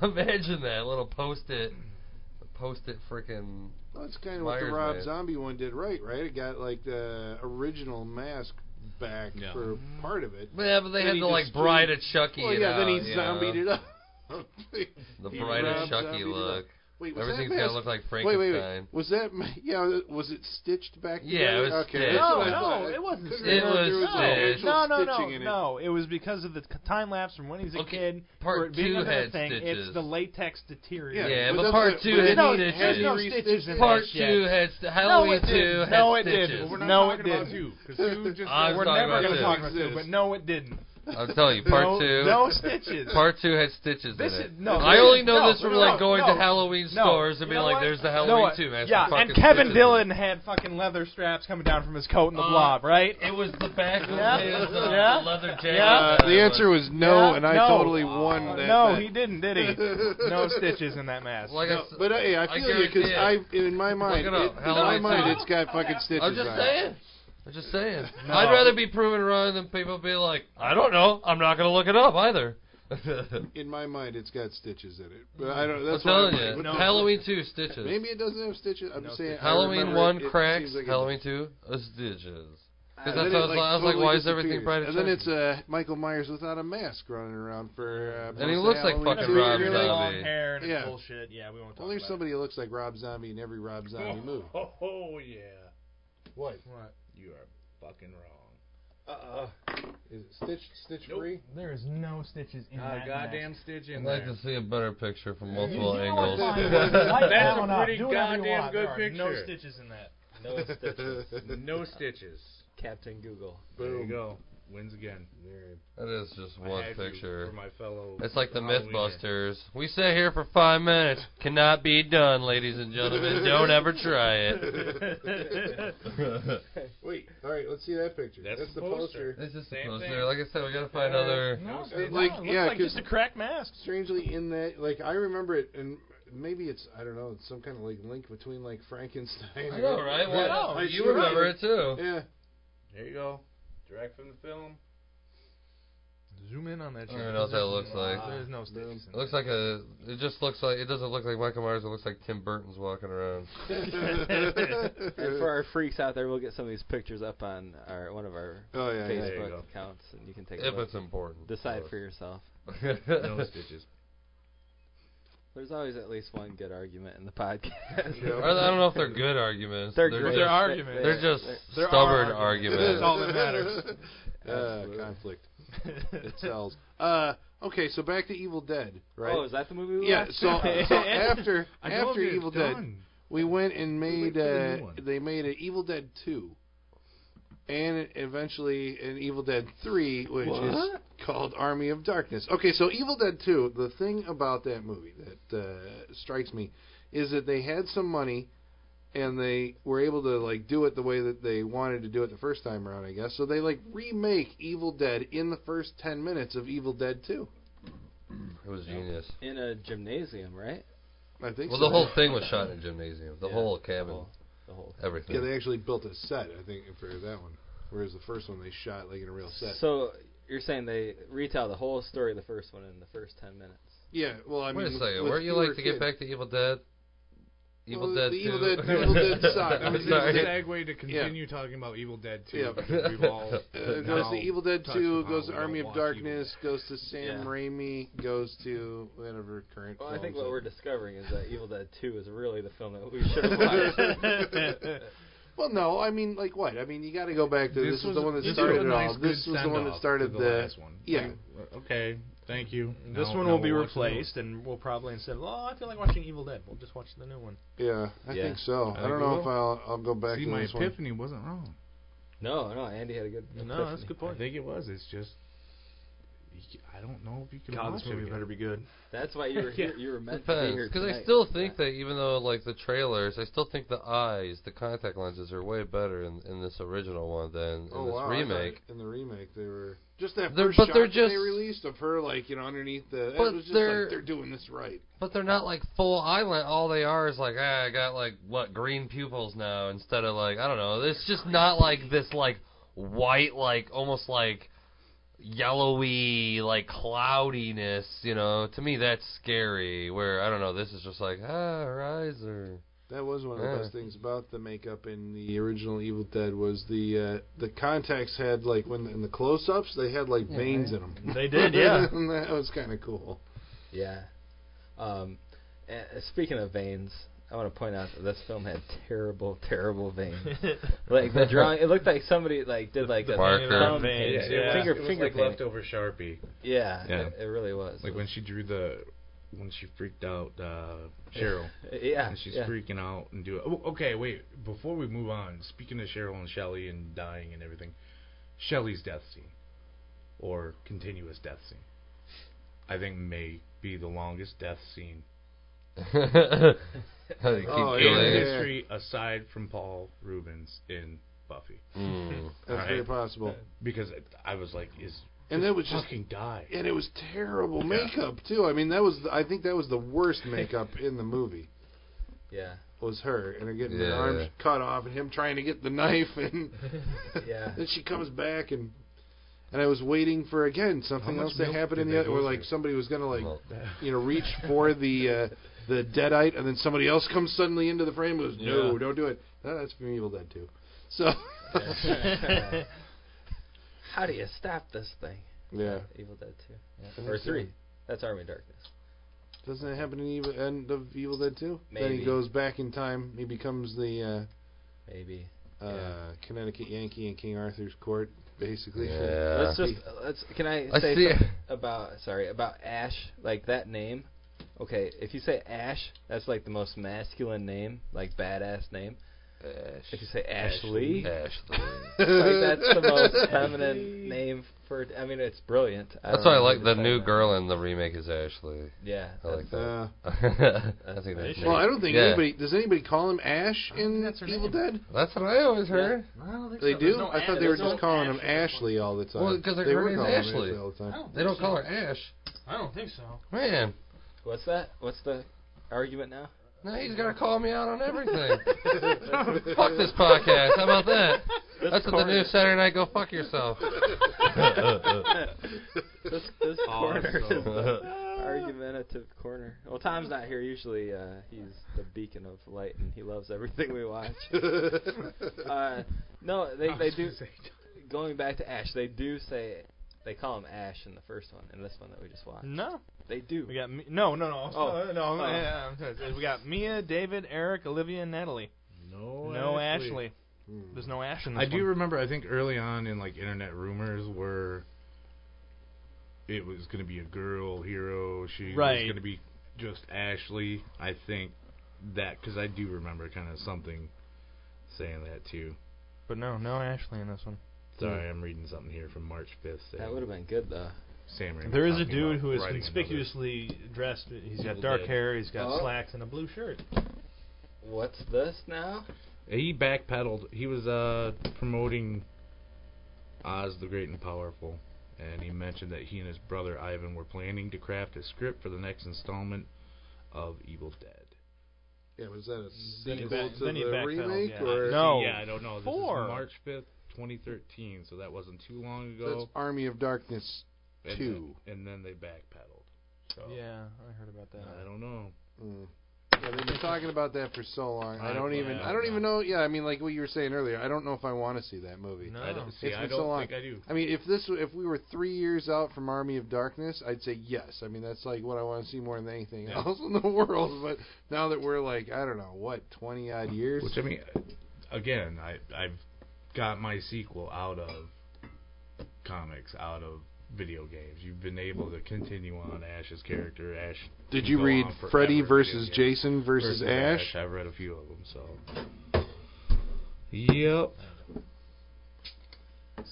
S5: imagine that little post-it, post-it freaking.
S2: Well, that's kind of what the
S5: Myers
S2: Rob
S5: mask.
S2: Zombie one did right, right? It got like the original mask back
S6: Yeah.
S2: for part of it.
S5: Yeah, but they
S2: Then
S5: had
S2: he
S5: to like
S2: just
S5: Bride
S2: drew-
S5: of Chucky.
S2: Well,
S5: it
S2: yeah, then
S5: out,
S2: he
S5: you
S2: zombied
S5: know?
S2: it up.
S5: The
S2: He
S5: Bride
S2: Rob
S5: of Chucky
S2: zombied it up.
S5: look.
S2: Wait, was
S5: Everything's
S2: that
S5: gotta
S2: mask-
S5: look like
S2: Wait, wait,
S5: Frankenstein.
S2: wait. Was that? ma- Yeah, was it stitched back?
S5: Yeah, it
S2: together?
S5: was
S2: okay.
S5: stitched.
S2: that's what I
S9: No,
S2: thought.
S9: no,
S2: I
S9: it wasn't
S2: couldn't
S5: stitched.
S2: remember if there
S5: It was
S2: no
S5: stitched.
S2: original
S9: No, no, no,
S2: stitching in it.
S9: no. It was because of the t- time lapse from when he's a
S5: Okay,
S9: kid.
S5: part
S9: for it being
S5: two
S9: up in a
S5: had
S9: thing.
S5: stitches.
S9: It's the latex deteriorating.
S5: Yeah, but
S2: that's
S5: part
S2: what-
S5: two
S2: but
S5: had
S2: it
S9: no,
S5: needed
S9: there's
S5: to.
S9: no
S2: Restitched
S9: stitches in
S2: it.
S5: Part
S9: that shit.
S5: two had st- Halloween
S9: it
S5: two
S9: didn't.
S5: had
S9: No, it
S5: stitches.
S9: didn't.
S6: We're not
S9: No,
S6: talking
S9: it
S6: about
S9: didn't.
S6: you because you just
S5: I was
S9: We're
S5: talking
S9: never
S5: about
S9: going to
S5: this.
S9: talk about
S2: This.
S9: this, but no, it didn't.
S5: I'm telling you, part
S9: no,
S5: two.
S9: No stitches.
S5: Part two had stitches
S9: This
S5: in it.
S9: is- no,
S5: I
S9: this-
S5: only know
S9: no,
S5: this from
S9: no,
S5: like going
S9: no,
S5: to Halloween
S9: no.
S5: stores and
S9: You
S5: being
S9: know
S5: like,
S9: what?
S5: "There's the
S9: no,
S5: Halloween
S9: it-
S5: two mask."
S9: yeah,
S5: with
S9: and
S5: fucking
S9: Kevin
S5: stitches
S9: Dillon
S5: in it.
S9: had fucking leather straps coming down from his coat in the
S5: Uh,
S9: blob, right?
S5: It was the back of
S9: Yeah.
S5: his uh,
S9: Yeah.
S5: leather jacket.
S9: Yeah.
S10: Uh, the answer was no,
S9: Yeah,
S10: and I
S9: no.
S10: totally won
S9: Uh,
S10: that.
S9: no,
S10: bet.
S9: he didn't, did he? No stitches in that mask.
S5: Like
S2: No,
S5: I,
S2: but hey, I
S5: I
S2: feel you because I,
S5: guarantee
S2: in my mind,
S5: it
S2: it,
S5: up.
S2: in my
S5: Halloween
S2: mind,
S5: two.
S2: it's got fucking stitches.
S5: am just
S2: on it.
S5: saying. I'm just saying.
S9: No.
S5: I'd rather be proven wrong than people be like, "I don't know. I'm not gonna look it up either."
S2: In my mind, it's got stitches in it, but I don't.
S5: I'm
S2: That's
S5: telling
S2: why I'm
S5: you,
S2: like, what the-
S5: Halloween two stitches.
S2: Maybe it doesn't have stitches. I'm
S9: No
S2: just saying. I
S5: Halloween
S2: remember
S5: one
S2: it- it
S5: cracks.
S2: seems like it-
S5: Halloween two uh, stitches. Because
S2: And then
S5: that's what I
S2: it,
S5: was like. I was like,
S2: totally
S5: why is everything
S2: disappears.
S5: bright? as
S2: And then
S5: shiny?
S2: it's uh, Michael Myers without a mask running around for. Uh,
S5: And he
S2: most
S5: looks
S2: of
S5: like
S2: Halloween
S5: fucking
S2: too.
S9: Really
S5: Rob
S2: You're like,
S5: Zombie.
S9: long hair and
S2: Yeah.
S9: bullshit. Yeah, we won't talk
S2: Well, there's
S9: about
S2: somebody who looks like Rob Zombie in every Rob Zombie movie.
S6: Oh, oh yeah,
S2: What?
S9: it. What?
S6: you are fucking wrong.
S3: Uh-oh.
S2: Is it Stitch? Stitch
S6: Nope.
S2: free?
S9: There is no stitches in
S6: Uh,
S9: that
S6: goddamn stitch
S5: I'd
S6: in
S5: like
S6: there.
S5: to see a better picture from
S2: You-
S5: multiple
S2: you
S5: angles.
S6: That's a pretty goddamn good
S9: No
S6: picture.
S9: stitches in that.
S3: No stitches.
S6: No stitches.
S3: Captain Google.
S6: There you
S2: Boom.
S6: go. Wins again.
S5: that is just
S6: I
S5: one
S6: had you
S5: picture.
S6: For my fellow
S5: It's like the
S6: Halloweener.
S5: Mythbusters. We sat here for five minutes. Cannot be done, ladies and gentlemen. Don't ever try it.
S2: Wait. All right. Let's see that picture.
S6: That's
S2: the
S6: the poster.
S2: poster.
S5: It's just a
S6: Same
S5: poster.
S6: thing.
S5: Like I said, we gotta find other.
S9: No,
S6: stitches.
S9: it
S2: Like,
S9: looks
S2: yeah,
S9: like
S2: 'cause-
S9: just a cracked mask.
S2: Strangely, in that, like, I remember it, and maybe it's, I don't know, it's some kind of like link between like Frankenstein.
S5: I
S2: or-
S5: know, right?
S2: Yeah,
S5: Well,
S2: I
S5: you
S2: swear to
S5: remember
S2: you.
S5: it too.
S2: Yeah.
S6: There you go. Direct from the film.
S9: Zoom in on that.
S5: I don't shit, know what 'cause that there's- looks like.
S9: There's no stitches.
S5: It looks like a. It just looks like. It doesn't look like Michael Myers. It looks like Tim Burton's walking around.
S3: And for our freaks out there, we'll get some of these pictures up on our one of our
S2: oh yeah. yeah.
S6: there you
S3: Facebook
S6: go.
S3: accounts, and you can take a
S5: If
S3: look.
S5: it's important.
S3: Decide for yourself.
S6: No stitches.
S3: There's always at least one good argument in the podcast.
S2: Yeah.
S5: I don't know if they're good arguments.
S3: They're,
S5: They're
S3: great.
S9: they're
S5: just-
S9: arguments.
S5: They're just
S9: There are
S5: stubborn
S9: arguments.
S5: arguments.
S9: That's all that matters.
S2: uh,
S3: Absolutely.
S2: conflict. It sells. Uh, okay, so back to Evil Dead, right?
S3: Oh, is that the movie? We
S2: yeah.
S3: watched?
S2: So, so after
S6: I told
S2: after
S6: you it's
S2: Evil Dead,
S6: done.
S2: we went and
S6: Wait
S2: made
S6: for the new
S2: uh,
S6: one.
S2: they made an Evil Dead two, and eventually an Evil Dead three, which is
S3: What?
S2: called Army of Darkness. Okay, so Evil Dead two. The thing about that movie that uh, strikes me is that they had some money. And they were able to like do it the way that they wanted to do it the first time around, I guess. So they like remake Evil Dead in the first ten minutes of Evil Dead Two.
S5: It was genius.
S3: in a gymnasium, right?
S2: I think.
S5: Well,
S2: so.
S5: the whole thing was shot in a gymnasium. The
S3: Yeah,
S5: whole
S3: the
S5: cabin,
S3: whole- The whole.
S5: everything.
S2: Yeah, they actually built a set, I think, for that one. Whereas the first one they shot like in a real set.
S3: So you're saying they retell the whole story of the first one in the first ten minutes?
S2: Yeah, well, I mean,
S5: Wait a
S2: with-
S5: second,
S2: with
S5: weren't you
S2: fewer
S5: like to get
S2: kids-
S5: back to Evil Dead? Evil
S2: Well,
S5: Dead
S2: the
S5: 2.
S2: Evil Dead- Evil Dead sucked. I
S6: That was a
S5: Sorry.
S6: segue to continue talking about Evil Dead 2.
S2: Yeah.
S6: because We've all
S2: Uh, it
S6: now
S2: goes to Evil Dead
S6: touched
S2: 2,
S6: upon
S2: goes to
S6: we don't
S2: Army of
S6: want Evil
S2: Darkness, goes to Sam
S3: Yeah.
S2: Raimi, goes to whatever current.
S3: Well, I think
S2: films
S3: what
S2: are-
S3: we're discovering is that Evil Dead 2 is really the film that we should have watched.
S2: Well, no, I mean, like what? I mean, you got to go back to this, was the one that
S6: this was
S2: started
S6: a
S2: it
S6: nice
S2: all.
S6: good
S2: This was the one that
S6: send-off
S2: started
S6: to
S2: the,
S6: the, last one.
S2: yeah.
S6: Like, okay, thank you.
S9: This
S6: Now-
S9: one
S6: now
S9: will be
S6: we'll watch the new one.
S9: replaced, and we'll probably instead of, oh, I feel like watching Evil Dead, we'll just watch the new one.
S2: Yeah, I
S3: Yeah.
S2: think so. I,
S6: think
S2: don't
S6: we
S2: know if
S6: will.
S2: I'll I'll go back
S6: See,
S2: to
S6: my
S2: this one.
S6: epiphany wasn't wrong.
S3: no, no, Andy had a good.
S9: No, that's a
S3: epiphany.
S9: good point.
S6: I think it was. It's just you c- I don't know if you can
S9: God,
S6: watch
S9: this movie
S6: it
S9: better be good.
S3: That's why you were here. You were meant to be here
S5: Because I
S3: tonight.
S5: still think that even though like the trailers, I still think the eyes, the contact lenses are way better in, in this original one than in
S2: Oh
S5: this
S2: wow! I thought
S5: remake.
S2: In the remake, they were just that
S5: They're-
S2: 1st
S5: but
S2: shot
S5: they're
S2: that
S5: just-
S2: they released of her, like you know, underneath the.
S5: But
S2: it was just
S5: they're-
S2: like they're doing this right.
S5: But they're not like full eyelid. All they are is like, ah, I got like what green pupils now instead of like I don't know. It's just not like this like white like almost like yellowy like cloudiness. You know, to me that's scary. Where I don't know. This is just like ah, her eyes are.
S2: That was one of the
S5: Yeah.
S2: best things about the makeup in the original Evil Dead was the uh, the contacts had like when in the close ups they had like veins in them.
S9: They did, yeah.
S2: and that was kind of cool.
S3: Yeah. Um, and, uh, speaking of veins, I want to point out that this film had terrible, terrible veins. like the drawing, it looked like somebody like did like a
S5: Barker.
S3: thumb-
S9: Veins,
S3: yeah,
S9: yeah.
S3: finger
S6: it was
S3: finger
S6: like
S3: painting.
S6: leftover Sharpie.
S3: Yeah,
S6: Yeah.
S3: It, it really was.
S6: Like when she drew the when she freaked out uh, Cheryl.
S3: yeah,
S6: And she's
S3: yeah.
S6: freaking out and do Oh, okay, wait. Before we move on, speaking of Cheryl and Shelley and dying and everything, Shelley's death scene or continuous death scene, I think may be the longest death scene
S5: How they keep
S2: Oh,
S6: in
S2: yeah,
S5: killing.
S2: yeah,
S6: history, aside from Paul Rubens in Buffy.
S5: Mm.
S2: That's
S6: Alright.
S2: very possible.
S6: Because it- I was like, is
S2: And that was just
S6: fucking die?
S2: and it was terrible makeup too. I mean, that was the, I think that was the worst makeup in the movie
S3: yeah,
S2: was her and her getting her
S5: Yeah.
S2: arms cut off and him trying to get the knife and
S3: yeah.
S2: then she comes back and and I was waiting for again something
S6: How much
S2: else that
S6: milk
S2: happened
S6: did
S2: in
S6: they
S2: the other
S6: go
S2: or like
S6: through?
S2: somebody was gonna like
S5: Well,
S2: you know reach for the uh, the deadite and then somebody else comes suddenly into the frame and goes no
S6: Yeah.
S2: don't do it Ah, that's from Evil Dead too so
S3: How do you stop this thing?
S2: yeah
S3: Evil Dead Two
S2: think
S3: yeah. or
S2: so.
S3: Three. That's Army of Darkness.
S2: doesn't it happen in Evil End of Evil Dead too then he
S3: Maybe.
S2: goes back in time he becomes the uh,
S3: Maybe.
S2: uh, Connecticut Yankee and King Arthur's court, basically.
S5: Yeah.
S3: let's just let's. Can I
S5: Uh, I
S3: say
S5: see
S3: something about sorry about Ash? Like that name. Okay, if you say Ash, that's like the most masculine name, like badass name. If you say Ashley,
S5: Ashley.
S2: Uh,
S3: like that's the most feminine name for. I mean, it's brilliant. I
S5: That's
S3: don't
S5: why I
S3: know
S5: like
S3: who
S5: the
S3: decided
S5: new
S3: that.
S5: girl in the remake is Ashley.
S3: Yeah,
S5: I like that.
S2: Uh,
S5: I think that's
S2: well, I don't think
S5: Yeah.
S2: anybody does. Anybody call him Ash in Evil Dead?
S5: That's what I always heard.
S2: They do.
S3: so. There's no
S2: I
S3: Ash-
S2: thought they were
S3: there's no
S2: just calling him
S11: Ash in this
S2: Ashley all the time.
S5: Well, 'cause her-
S2: they
S5: her
S2: were
S5: name's
S2: calling him
S5: Ashley.
S2: all the time.
S5: They don't call her Ash.
S11: I don't think so.
S5: Man,
S3: What's that? What's the argument now?
S5: now he's gonna call me out on everything. fuck this podcast. How about that? That's what the new Saturday Night Go Fuck Yourself.
S3: This this corner is the
S5: Awesome.
S3: argumentative corner. Well, Tom's not here. Usually, uh, he's the beacon of light, and he loves everything we watch. uh, no, they
S9: Oh,
S3: they do. Going back to Ash, they do say they call him Ash in the first one, and this one that we just watched.
S9: No,
S3: They do.
S9: we got me- no, no, no,
S3: Oh.
S9: no, no.
S3: Oh.
S9: yeah, I'm sorry. we got Mia, David, Eric, Olivia, and Natalie.
S6: No,
S9: No Ashley.
S2: Hmm.
S9: There's no Ash in this
S6: I do
S9: one.
S6: remember. I think early on in like internet rumors were it was going to be a girl hero. She was
S9: Right.
S6: going to be just Ashley. I think that because I do remember kind of something saying that too.
S9: but no, no Ashley in this one.
S6: Sorry, I'm reading something here from March 5th.
S3: That would have been good though.
S6: Sam Raimi
S9: There is a
S6: talking
S9: dude
S6: about
S9: who is
S6: writing
S9: conspicuously dressed. He's got
S6: Evil
S9: dark
S6: Dead.
S9: hair. He's got
S3: Oh.
S9: slacks and a blue shirt.
S3: What's this now?
S6: another- He backpedaled. He was uh promoting Oz the Great and Powerful, and he mentioned that he and his brother Ivan were planning to craft a script for the next installment of Evil Dead.
S2: Yeah, was that a
S9: Then he
S2: sequel
S9: back-
S2: to
S9: then he
S2: the
S9: backpedaled,
S2: remake?
S9: yeah.
S2: Or
S9: No.
S6: Uh, Yeah, I don't know. This
S9: Four.
S6: is March 5th, 2013, so that wasn't too long
S2: that's
S6: ago.
S2: Army of Darkness
S6: And
S2: two.
S6: then- And, then they backpedaled.
S12: So.
S9: Yeah, I heard about that.
S6: I don't know.
S2: Mm. Yeah, they've been talking about that for so long. I
S6: I-
S2: don't even.
S6: yeah,
S2: I don't
S6: no.
S2: even know. Yeah, I mean, like what you were saying earlier. I don't know if I want to see that movie.
S9: No.
S6: I don't see.
S2: It's
S6: I
S2: been
S6: don't
S2: so long.
S6: think I do.
S2: I mean, if this, if we were three years out from Army of Darkness, I'd say yes. I mean, that's like what I want to see more than anything
S6: Yeah.
S2: else in the world. But now that we're like, I don't know, what twenty odd years.
S6: Which I mean, again, I I've got my sequel out of comics, out of video games. You've been able to continue on Ash's character. Ash.
S2: Did
S6: can
S2: you
S6: go
S2: read
S6: on forever
S2: Freddy
S6: in video
S2: versus
S6: games.
S2: Jason versus, Ash?
S6: I've read a few of them, so. Yep.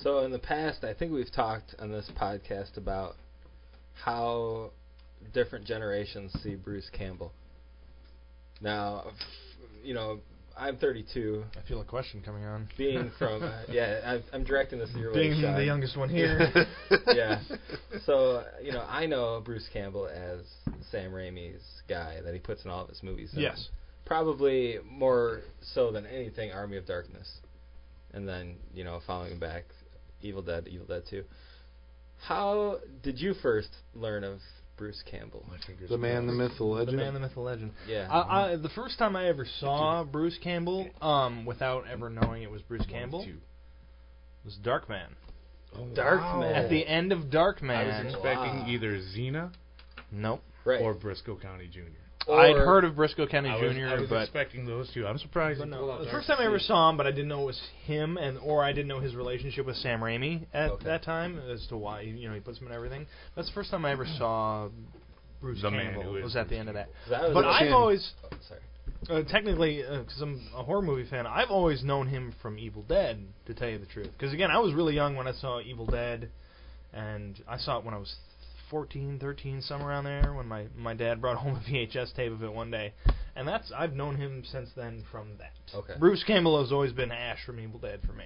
S3: So in the past, I think we've talked on this podcast about how different generations see Bruce Campbell. Now, f- you know, I'm 32.
S9: I feel a question coming on.
S3: Being from yeah, I, I'm directing this your way.
S9: Being
S3: Sean.
S9: the youngest one here.
S3: yeah. So you know, I know Bruce Campbell as Sam Raimi's guy that he puts in all of his movies. now.
S9: yes.
S3: Probably more so than anything, Army of Darkness, and then you know, following back, Evil Dead, Evil Dead Two. How did you first learn of Bruce Campbell?
S2: The man, the myth, the
S9: The
S2: legend.
S9: man, the myth, the legend.
S3: Yeah.
S9: I, I, the first time I ever saw Bruce Campbell, um, without ever knowing it was Bruce Campbell, was Darkman.
S6: Oh,
S3: Darkman.
S9: At the end of
S6: I was
S9: Darkman,
S6: expecting
S3: Wow.
S6: either Xena
S9: nope.
S3: right.
S6: or Briscoe County Jr.
S9: I'd heard of Briscoe County
S6: I
S9: Jr.,
S6: was, I was
S9: but
S6: expecting those two. I'm surprised.
S9: But
S6: you
S9: no,
S6: pulled out
S9: the
S6: Dark
S9: first time I ever
S6: Sea.
S9: saw him, but I didn't know it was him, and or I didn't know his relationship with Sam Raimi at
S3: Okay.
S9: that time as to why you know he puts him in everything. That's the first time I ever saw Bruce
S6: The man
S9: Campbell.
S6: who is
S9: was at the
S6: Bruce
S9: end of that.
S3: 'Cause I was
S9: But
S3: a-
S9: I've
S2: Chin.
S9: always
S3: oh, sorry.
S9: uh, technically, because I'm a horror movie fan, I've always known him from Evil Dead. To tell you the truth, because again, I was really young when I saw Evil Dead, and I saw it when I was 14, 13, somewhere around there. When my my dad brought home a VHS tape of it one day, and that's I've known him since then from that.
S3: Okay.
S9: Bruce Campbell has always been Ash from Evil Dead for me,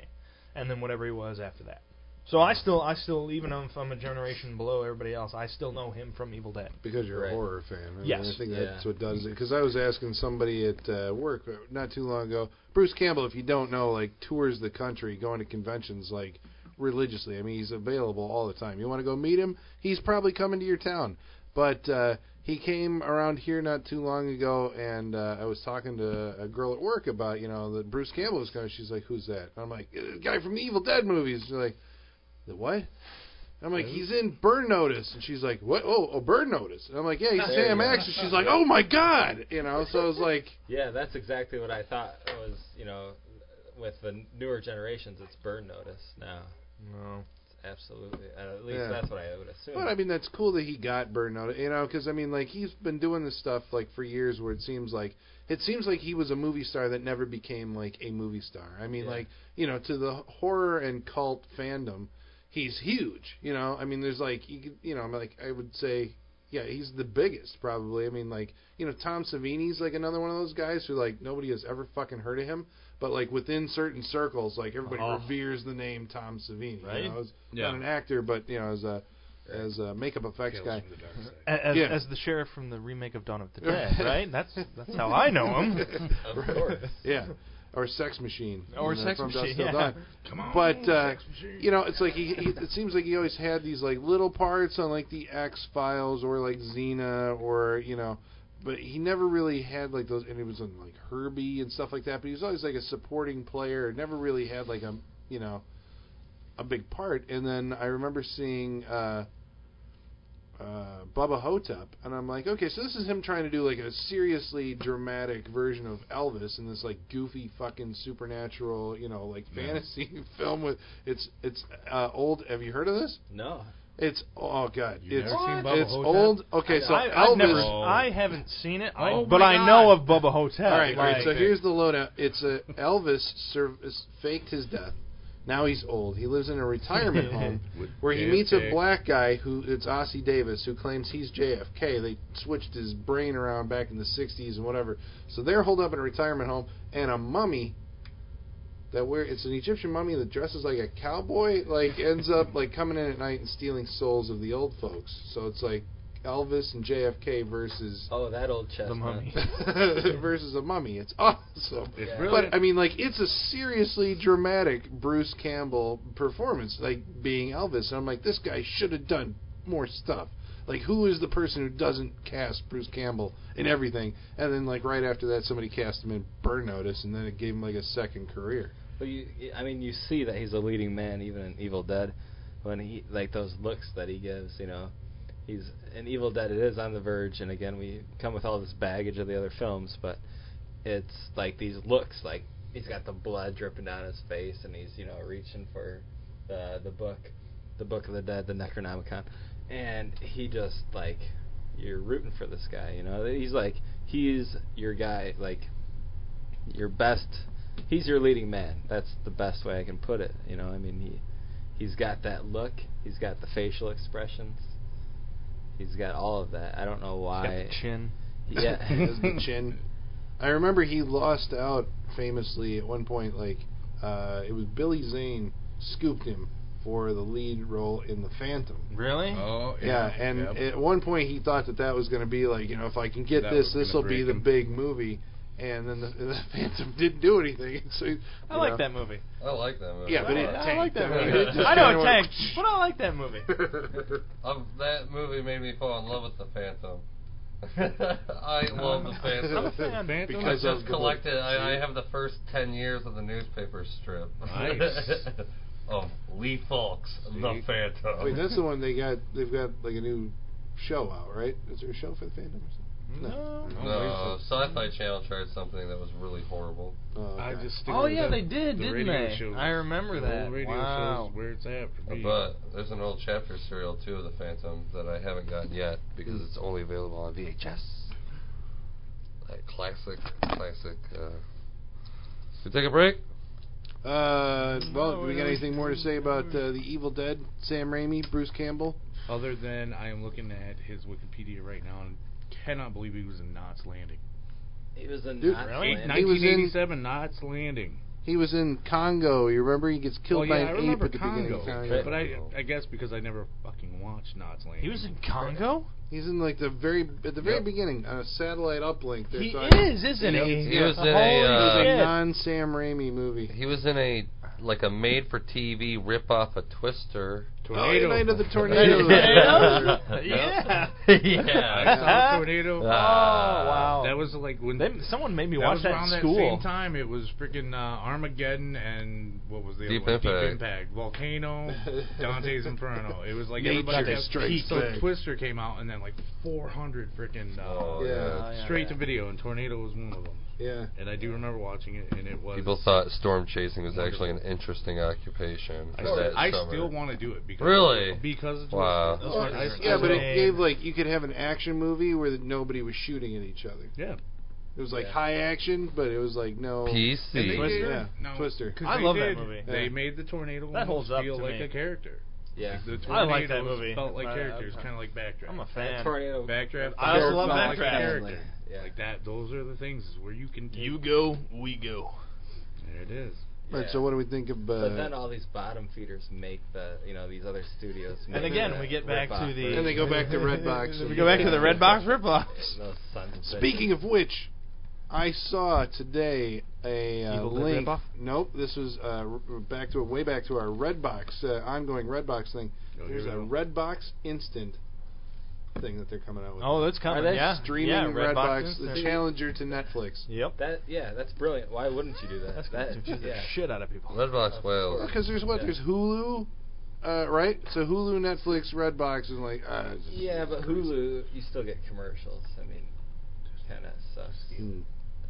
S9: and then whatever he was after that. So I still, I still, even if I'm a generation below everybody else, I still know him from Evil Dead.
S2: Because you're
S3: Right.
S2: a horror fan. I mean,
S9: Yes.
S2: I think
S3: Yeah.
S2: that's what does it. Because I was asking somebody at uh, work uh, not too long ago. Bruce Campbell, if you don't know, like tours the country, going to conventions like religiously. I mean, he's available all the time. You want to go meet him? He's probably coming to your town. But uh, he came around here not too long ago, and uh, I was talking to a girl at work about you know that Bruce Campbell was coming. She's like, "Who's that?" And I'm like, "The guy from the Evil Dead movies." She's like, "The what?" I'm like, he's in Burn Notice, and she's like, "What? Oh, oh Burn Notice." And I'm like, "Yeah, he's
S3: There
S2: Sam
S3: you go.
S2: Axe." And she's like, "Oh my god!" You know, so I was like,
S3: Yeah, that's exactly what I thought was, you know, with the newer generations, it's burn notice now.
S9: No.
S3: Absolutely. Uh, at least
S2: Yeah.
S3: that's what I would assume.
S2: "But I mean, that's cool that he got Burn Notice." You know, because I mean, like, he's been doing this stuff like for years, where it seems like it seems like he was a movie star that never became like a movie star. I mean,
S3: Yeah.
S2: like, you know, to the horror and cult fandom, he's huge. You know, I mean, there's like, you, could, you know, I'm like, I would say, yeah, he's the biggest probably. I mean, like, you know, Tom Savini's like another one of those guys who like nobody has ever fucking heard of him, but like within certain circles, like everybody
S6: Oh.
S2: reveres the name Tom Savini.
S9: Right?
S2: You know, as,
S6: Yeah.
S2: Not an actor, but you know, as a as a makeup effects
S6: Tales
S2: guy.
S6: from the Dark Side.
S9: As,
S2: Yeah.
S9: as the sheriff from the remake of Dawn of the Dead, right? That's that's how I know him.
S3: of course.
S2: Yeah. Or Sex Machine.
S9: Or
S2: And, uh,
S9: Sex
S2: from Dust
S9: Machine,
S2: Till
S9: yeah.
S2: Dawn.
S6: Come on.
S2: But uh,
S6: Sex machine.
S2: you know, it's like he, he. It seems like he always had these like little parts on like the X Files or like Xena or you know, but he never really had like those. And he was in like Herbie and stuff like that. But he was always like a supporting player. Never really had like a you know, a big part. And then I remember seeing. uh uh, Bubba Hotep, and I'm like, okay, so this is him trying to do like a seriously dramatic version of Elvis in this like goofy fucking supernatural, you know, like
S6: Yeah.
S2: fantasy film with it's it's uh, old. Have you heard of this?
S3: No.
S2: It's oh god,
S6: You've
S2: it's
S6: never seen Bubba
S2: it's
S6: Hotep?
S2: old. Okay,
S3: I-
S2: so
S9: I,
S2: Elvis.
S9: I've never,
S6: Oh.
S9: I haven't seen it, I,
S6: Oh
S9: but
S6: my
S9: I know
S6: God.
S9: of Bubba Hotel.
S2: All right, all right.
S9: like-
S2: So here's the loadout. It's a Elvis serv- is- faked his death. Now he's old. He lives in a retirement home
S6: With
S2: where he
S6: dead
S2: meets a
S6: dick.
S2: black guy who it's Ossie Davis who claims he's JFK. They switched his brain around back in the '60s and whatever. So they're holed up in a retirement home, and a mummy that wear it's an Egyptian mummy that dresses like a cowboy like ends up like coming in at night and stealing souls of the old folks. So it's like Elvis and JFK versus
S3: Oh, that old chestnut.
S9: the mummy.
S2: versus a mummy. It's awesome.
S6: It's
S3: Yeah.
S6: brilliant.
S2: But I mean, like, it's a seriously dramatic Bruce Campbell performance, like being Elvis. And I'm like, this guy should have done more stuff. Like, who is the person who doesn't cast Bruce Campbell in everything? And then, like, right after that, somebody cast him in Burn Notice, and then it gave him, like, a second career.
S3: But you, I mean, you see that he's a leading man even in Evil Dead, when he like those looks that he gives. You know, he's in Evil Dead. It is on the verge, and again, we come with all this baggage of the other films, but it's like these looks, like he's got the blood dripping down his face, and he's you know reaching for the the book, the Book of the Dead, the Necronomicon, and he just like you're rooting for this guy. You know, he's like he's your guy, like your best he's your leading man. That's the best way I can put it. You know, I mean, he he's got that look. He's got the facial expressions. He's got all of that. I don't know why.
S9: Got the chin.
S3: Yeah.
S2: As the chin. I remember he lost out famously at one point. Like, uh, it was Billy Zane scooped him for the lead role in The Phantom.
S9: Really?
S5: Oh
S2: Yeah, and
S6: Yep.
S2: at one point he thought that that was going to be like, you know, if I can get
S5: That
S2: this,
S5: was gonna
S2: this will be
S5: break
S2: the
S5: him.
S2: big movie. And then the, the Phantom didn't do anything. So, you
S9: I like
S2: know.
S9: that movie.
S5: I like that movie.
S2: Yeah, but
S9: I,
S2: it
S9: I like that
S5: tanked.
S9: movie.
S5: It just
S9: I know
S2: kinda
S9: it
S2: went-
S9: tanked, but I like that movie.
S5: Um, that movie made me fall in love with the Phantom. I love the
S9: I'm a
S5: Phantom.
S9: fan.
S6: Phantom?
S5: I
S2: Because of
S5: just
S2: the-
S5: collected. I, I have the first ten years of the newspaper strip.
S6: Nice.
S5: of Lee Falk's The
S6: See?
S5: Phantom.
S2: Wait, that's the one they got. They've got like a new show out, right? Is there a show for the Phantom? Or something?
S6: No. Oh,
S5: No, Sci-Fi Channel tried something that was really horrible.
S2: Oh,
S6: I
S2: okay.
S6: just stick
S9: Oh
S6: with
S9: yeah,
S6: the-
S9: they did,
S6: the
S9: didn't
S6: radio
S9: they?
S6: Shows.
S9: I remember
S6: The
S9: that.
S6: old radio
S9: wow.
S6: shows where it's at for me.
S5: But there's an old chapter serial too of the Phantom that I haven't gotten yet because it's only available on VHS. Like classic, classic. Uh, should we take a break?
S2: Uh, well,
S9: No,
S2: do we
S9: it
S2: got
S9: was-
S2: anything more to say about uh, the Evil Dead? Sam Raimi, Bruce Campbell.
S6: Other than I am looking at his Wikipedia right now and cannot believe he was in Knots Landing.
S3: he was in
S2: Dude,
S3: Knots
S2: really?
S3: Landing.
S2: He was in-
S6: 1987 Knots Landing.
S2: He was in Congo. You remember he gets killed
S6: Well, Oh, yeah,
S2: by
S6: I
S2: an ape
S6: remember
S2: at the beginning
S6: Congo,
S2: of Congo.
S6: but I, I guess because I never fucking watched Knots Landing.
S9: He was in Congo.
S2: He's in like the very at the very beginning on a satellite uplink. They're
S9: He
S2: talking-
S9: is, isn't he?
S5: He was in a,
S9: Holy
S5: uh,
S2: It's a
S9: shit.
S2: non-Sam Raimi movie.
S5: He was in a like a made-for-TV rip-off of Twister.
S6: tornado.
S2: Oh, Night of the Tornado.
S9: Tornado?
S5: Nope.
S9: yeah.
S5: Yeah.
S6: Uh, tornado.
S9: Oh wow.
S6: That was like when
S9: Oh. They, someone made me
S6: that
S9: watch
S6: was
S9: that
S6: around
S9: in school.
S6: that same time. It was freaking uh, Armageddon and what was the
S5: Deep
S6: other one?
S5: Impact.
S6: Deep Impact, Volcano, Dante's Inferno. It was like
S2: Nature
S6: everybody got
S2: strikes
S6: peaked. So
S2: back.
S6: Twister came out and then like 400 freaking uh,
S5: Oh,
S2: Yeah.
S9: Oh, yeah.
S6: straight to video, and Tornado was one of them.
S2: Yeah.
S6: And I do remember watching it, and it was.
S5: People thought storm chasing was actually an interesting occupation.
S6: I,
S5: for that
S6: I
S5: summer.
S6: still want to do it because
S5: Really?
S6: because of
S5: Wow.
S6: Twister.
S9: Those
S6: I-
S9: are-
S6: I-
S2: Yeah, but
S9: Yeah.
S2: it gave like you could have an action movie where nobody was shooting at each other.
S6: yeah.
S2: It was like high action, but it was like no.
S6: And they
S5: PC.
S6: did-
S2: Yeah.
S6: no,
S2: Twister.
S6: 'cause
S9: I
S6: they
S9: love that
S6: did-
S9: movie.
S6: They
S2: Yeah.
S6: made the tornado
S9: That holds up
S6: feel
S9: to
S6: like
S9: me.
S6: a character.
S3: Yeah.
S6: The
S9: I like that
S6: tornadoes
S9: movie.
S6: Felt like
S9: I- I-
S6: characters,
S9: I-
S6: kind of like Backdraft.
S9: I'm a
S3: That
S9: fan.
S3: tornado.
S6: Backdraft.
S9: I also
S6: felt
S9: love
S6: like a
S9: Backdraft.
S6: character.
S3: Yeah.
S6: Like that. Those are the things is where you can. Take.
S9: go, we go.
S6: There it is.
S2: Right,
S3: yeah.
S2: so what do we think of?
S3: But
S2: Uh,
S3: then all these bottom feeders make the you know these other studios.
S9: And
S3: make
S9: again,
S3: the
S9: we get back
S3: rip-off
S9: to the.
S2: And they
S3: versions.
S2: go back to Redbox.
S9: we go back to the Red Box ripoffs.
S3: Those sons of bitches.
S2: speaking of which, I saw today a uh,
S9: Evil Dead
S2: link.
S9: ripoff?
S2: Nope, this was uh, r- r- back to way back to our Redbox uh, ongoing Redbox thing.
S6: Oh,
S2: There's a
S6: here we go.
S2: Redbox instant thing that they're coming out with.
S9: Oh, that's coming.
S3: they
S9: yeah,
S2: streaming
S9: yeah, Red
S2: Redbox,
S9: Box
S2: the
S9: Instant.
S2: challenger to Netflix.
S9: Yep.
S3: that yeah, that's brilliant. Why wouldn't you do that?
S9: That's gonna
S3: that,
S9: confuse the
S3: yeah.
S9: shit out of people.
S5: Redbox Wales.
S2: Because there's what
S3: Yeah.
S2: there's Hulu, uh, right? So Hulu, Netflix, Redbox, and like uh,
S3: Yeah, but Hulu, you still get commercials. I mean, kind of sucks.
S2: Hmm.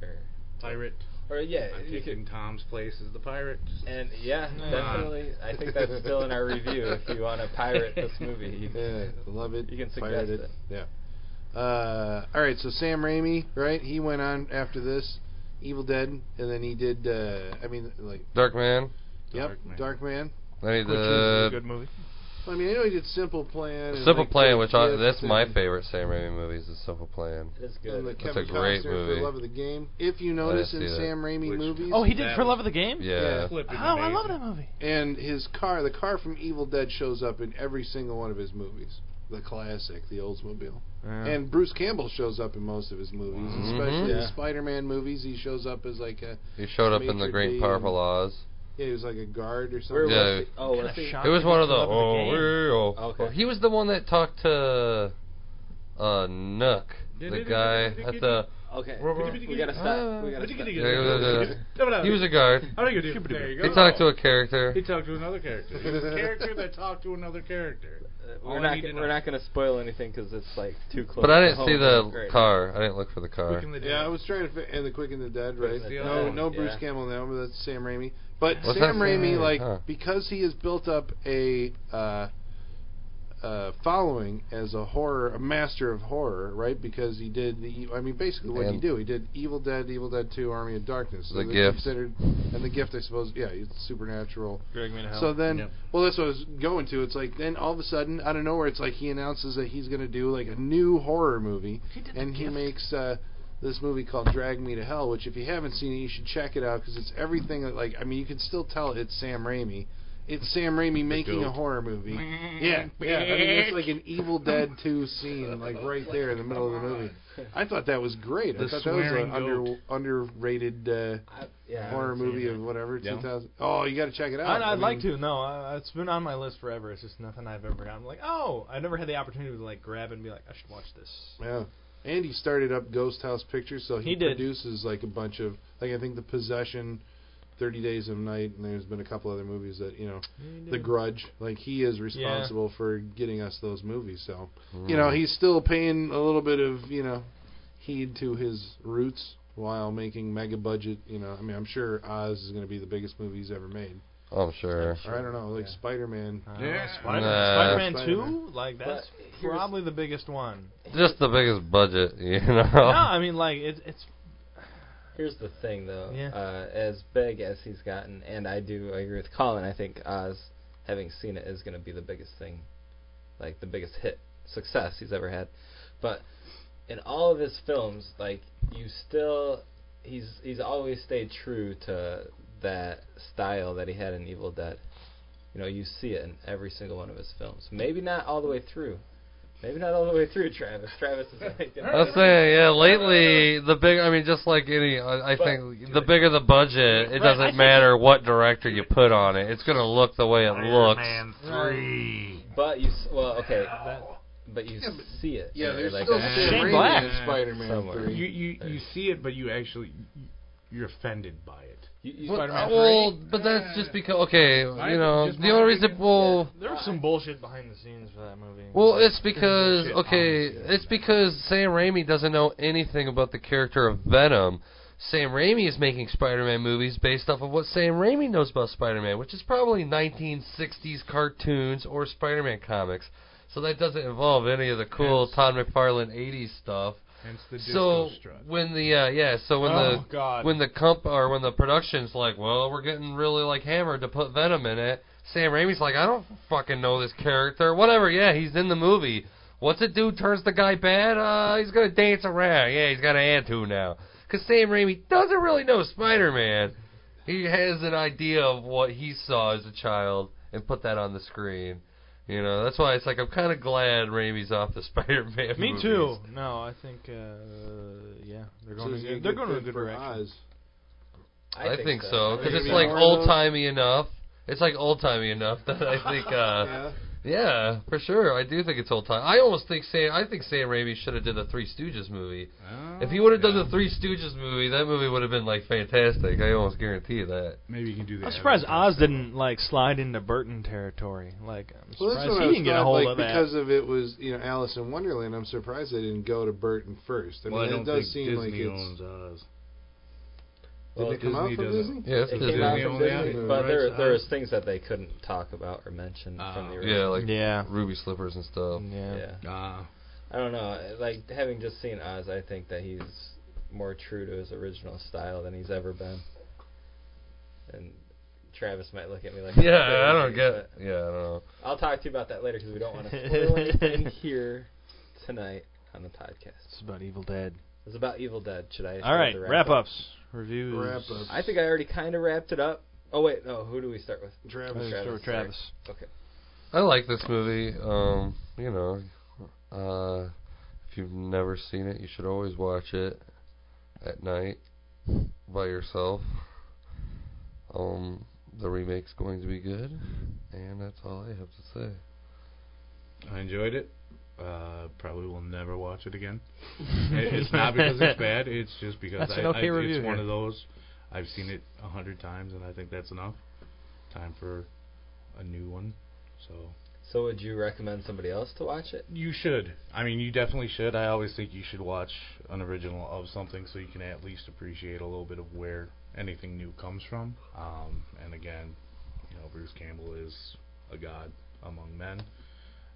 S3: Or,
S6: Pirate.
S3: or yeah,
S6: I'm
S3: you
S6: taking
S3: could,
S6: Tom's place as the pirate.
S3: and yeah,
S6: Nah.
S3: definitely. I think that's still in our review. If you want to pirate this movie, you
S2: Yeah,
S3: can,
S2: love it.
S3: you can
S2: Pirate
S3: suggest it.
S2: Yeah. Uh, all right, so Sam Raimi, right? He went on after this, Evil Dead, and then he did. Uh, I mean, like,
S5: Dark Man.
S2: yep,
S6: Darkman.
S2: Dark Man.
S5: Then he
S9: Which is a
S5: did
S9: good movie.
S2: I mean, I know he did Simple Plan. and,
S5: Simple
S2: like,
S5: Plan,
S2: Good
S5: which I,
S2: Kid
S5: that's my
S2: and-
S5: favorite Sam Raimi movie is the Simple Plan.
S3: It is
S2: And the
S3: good.
S5: That's
S2: Kevin
S5: a great
S2: Costner
S5: movie.
S2: for Love of the Game. If you notice in
S5: see that.
S2: Sam Raimi
S6: Which-
S2: movies,
S9: Oh, he did
S6: That
S9: for
S6: was-
S9: love of the game.
S5: Yeah.
S9: Oh,
S6: Flipping
S9: I love
S6: amazing.
S9: that movie.
S2: and his car, the car from Evil Dead, shows up in every single one of his movies. The classic, the Oldsmobile. And Bruce Campbell shows up in most of his movies,
S5: Mhm.
S2: especially the
S3: Yeah.
S2: Spider-Man movies. He shows up as like a
S5: He showed up in The
S2: Major
S5: Great
S2: D.
S5: and Powerful Oz.
S2: Yeah, he was like a guard or
S3: Where
S2: something.
S5: Yeah.
S3: was he? Oh, was
S9: Kinda
S3: he?
S9: shocked
S5: It was
S9: that
S5: one
S9: he
S5: of the.
S9: was Love of the
S5: Oh,
S9: Game.
S5: we're- oh.
S3: Okay.
S5: He was the one that talked to uh, Nook, the guy at the.
S3: Okay.
S5: We're-
S3: We
S6: Uh,
S3: gotta stop. We gotta stop.
S5: Yeah, yeah, yeah. He was a guard.
S6: How do you do? There you go.
S5: He talked to a character.
S6: He talked to another character. He was a character that talked to another character.
S3: Uh,
S6: All I
S3: We're not.
S6: need to
S3: We're
S6: know.
S3: not gonna spoil anything because it's like too close.
S5: But I
S3: to
S5: didn't see
S3: home.
S5: the
S3: Great.
S5: car. I didn't look for the car.
S6: Quick and the
S2: Yeah,
S6: Dead.
S2: I was trying to fit and the Quick and the Dead, right?
S6: the other
S2: No,
S6: one,
S2: no Bruce
S3: yeah.
S2: Campbell in that one, but that's Sam Raimi. But
S5: Was that
S2: Sam
S5: Sam
S2: Raimi,
S5: Raimi?
S2: like,
S5: Huh.
S2: because he has built up a uh, uh, following as a horror, a master of horror, right? Because he did, the, e, I mean, basically what did he
S5: And-
S2: do? He did Evil Dead, Evil Dead Two, Army of Darkness.
S5: The
S2: that's
S5: Gift.
S2: considered, and the gift, I suppose. Yeah, it's supernatural.
S9: Greg Minahal.
S2: So then,
S6: Yep.
S2: well, that's what I was going to. It's like then all of a sudden, out of nowhere, it's like he announces that he's going to do like a new horror movie, and he makes uh, this movie called Drag Me to Hell, which if you haven't seen it, you should check it out because it's everything that like I mean, you can still tell it's Sam Raimi. It's Sam Raimi making a
S6: goat.
S2: horror movie. Yeah, yeah. I mean, that's like an Evil Dead 2 scene, like right there in the middle of the movie. I thought that was great. I
S6: The
S2: thought that was an
S6: swearing
S2: under,
S6: goat.
S2: underrated uh,
S3: I, yeah.
S2: horror
S6: seen
S2: movie
S6: it.
S2: of whatever.
S6: Yeah.
S2: 2000. Oh, you got to check it out.
S9: I'd, I'd
S2: I mean,
S9: like to. No, I, it's been on my list forever. It's just nothing I've ever gotten. Like, oh, I never had the opportunity to like grab it and be like, I should watch this.
S2: Yeah. And he started up Ghost House Pictures, so he,
S9: He did.
S2: produces like a bunch of like I think The Possession, Thirty Days of Night, and there's been a couple other movies that you know, The Grudge. Like he is responsible for getting us those movies. So
S9: Hmm.
S2: you know he's still paying a little bit of you know heed to his roots while making mega budget. You know, I mean I'm sure Oz is going to be the biggest movie he's ever made.
S5: I'm sure.
S2: Or I don't know, like
S9: Yeah.
S2: Spider Man.
S9: Uh,
S6: Yeah.
S9: Spider-
S5: Nah.
S9: Spider-Man
S2: Spider-Man.
S9: 2? Like, that's
S3: here's-
S9: probably the biggest one.
S5: Just the biggest budget, you know.
S9: No, I mean, like, it, it's...
S3: Here's the thing, though.
S9: Yeah.
S3: Uh, as big as he's gotten, and I do I agree with Colin. I think Oz, having seen it, is going to be the biggest thing, like the biggest hit success he's ever had. But in all of his films, like you still, he's he's always stayed true to that style that he had in Evil Dead. You know, you see it in every single one of his films. Maybe not all the way through. Maybe not all the way through, Travis. Travis is like.
S5: I uh, was saying, yeah, lately, the big, I mean, just like any, I I think the bigger the budget, it doesn't matter what director you put on it. It's going to look the way it looks.
S3: But you s- well okay, but you see it.
S2: Yeah, there's
S3: like
S2: still
S3: that.
S2: Sam
S9: Shane
S2: Raimi
S9: Black.
S2: in Spider Man
S3: Somewhere.
S2: Three.
S6: You, you, you see it, but you actually you're offended by it.
S3: You, you,
S5: Well,
S9: Spider-Man
S5: well, but that's just because, okay, you know,
S6: Just
S5: the only reason,
S6: marketing.
S5: well,
S9: There was some bullshit behind the scenes for that movie.
S5: Well, it's because
S6: Shit,
S5: okay,
S6: obviously.
S5: it's because Sam Raimi doesn't know anything about the character of Venom. Sam Raimi is making Spider-Man movies based off of what Sam Raimi knows about Spider-Man, which is probably 1960s cartoons or Spider-Man comics. So that doesn't involve any of the cool
S6: Yes.
S5: Todd McFarlane 80s stuff.
S6: Hence the
S5: So
S6: disco strut.
S5: when the uh, yeah, so when
S9: Oh,
S5: the
S9: God.
S5: when the comp or when the production's like, well, we're getting really like hammered to put Venom in it. Sam Raimi's like, I don't fucking know this character. Whatever, yeah, he's in the movie. What's it do? Turns the guy bad? Uh, he's gonna dance around. Yeah, he's got an attitude now. Cause Sam Raimi doesn't really know Spider-Man. He has an idea of what he saw as a child and put that on the screen. You know, that's why it's like I'm kind of glad Raimi's off the Spider-Man.
S9: Me
S5: movies.
S9: too. No, I think, uh, yeah, they're
S2: So
S9: going,
S2: is
S9: to,
S2: it a
S9: good, they're going to a
S2: fit
S9: good
S2: for
S9: direction.
S2: Oz?
S5: I, think so because
S2: Maybe
S5: it's like
S2: more of
S5: old
S2: those?
S5: timey enough. It's like old timey enough that I think, uh,
S2: Yeah.
S5: yeah. for sure. I do think it's old time. I almost think Sam. I think Sam Raimi should have did the Three Stooges movie.
S6: Oh,
S5: if he would have done the Three Stooges movie, that movie would have been like fantastic. I almost guarantee you that.
S6: Maybe you can do that.
S9: I'm surprised Oz didn't, like, slide into Burton territory. Like, I'm
S2: Well, that's
S9: surprised
S2: what I
S9: he
S2: was
S9: didn't get a
S2: thought,
S9: hold
S2: like,
S9: of that.
S2: because of it was you know Alice in Wonderland. I'm surprised they didn't go to Burton first. I mean,
S6: Well, I
S2: it
S6: don't think
S2: does seem
S6: Disney
S2: like it's.
S6: owns Oz.
S2: Did
S6: Well,
S2: it come out
S6: Disney
S2: from
S6: doesn't.
S2: Disney?
S5: Yeah, it's
S3: It
S5: Disney.
S3: came out
S6: Disney
S3: from
S6: only
S3: Disney,
S6: acted
S3: but
S6: the
S3: there
S6: rights
S3: there
S6: out.
S3: was things that they couldn't talk about or mention
S6: Ah.
S3: from the
S5: Oh. yeah,
S3: original.
S5: like
S9: yeah.
S5: Ruby Slippers and stuff.
S9: Yeah.
S6: Ah,
S3: I don't know. Like having just seen Oz, I think that he's more true to his original style than he's ever been. And Travis might look at me like, I'm
S5: Yeah, I don't
S3: crazy,
S5: get. Yeah, I don't know.
S3: but I'll talk to you about that later because we don't want to spoil anything here tonight on the podcast.
S9: It's about Evil Dead.
S3: It's about Evil Dead. Should I?
S9: All right,
S3: the
S9: wrap ups, reviews.
S2: Wrap up.
S3: I think I already kind of wrapped it up. Oh wait, no. Who do we start with?
S2: Travis.
S3: Travis,
S9: Start with Travis.
S3: Okay.
S5: I like this movie. Um, you know, uh, if you've never seen it, you should always watch it at night by yourself. Um, the remake's going to be good, and that's all I have to say.
S6: I enjoyed it. Uh, probably will never watch it again. It- it's not because it's bad. It's just because
S13: That's
S6: I,
S13: an okay
S6: I- it's
S13: review
S6: one
S13: here.
S6: of those. I've seen it a hundred times, and I think that's enough. Time for a new one. So
S3: So would you recommend somebody else to watch it?
S6: you should. I mean, you definitely should. I always think you should watch an original of something so you can at least appreciate a little bit of where anything new comes from. Um, and again, you know, Bruce Campbell is a god among men.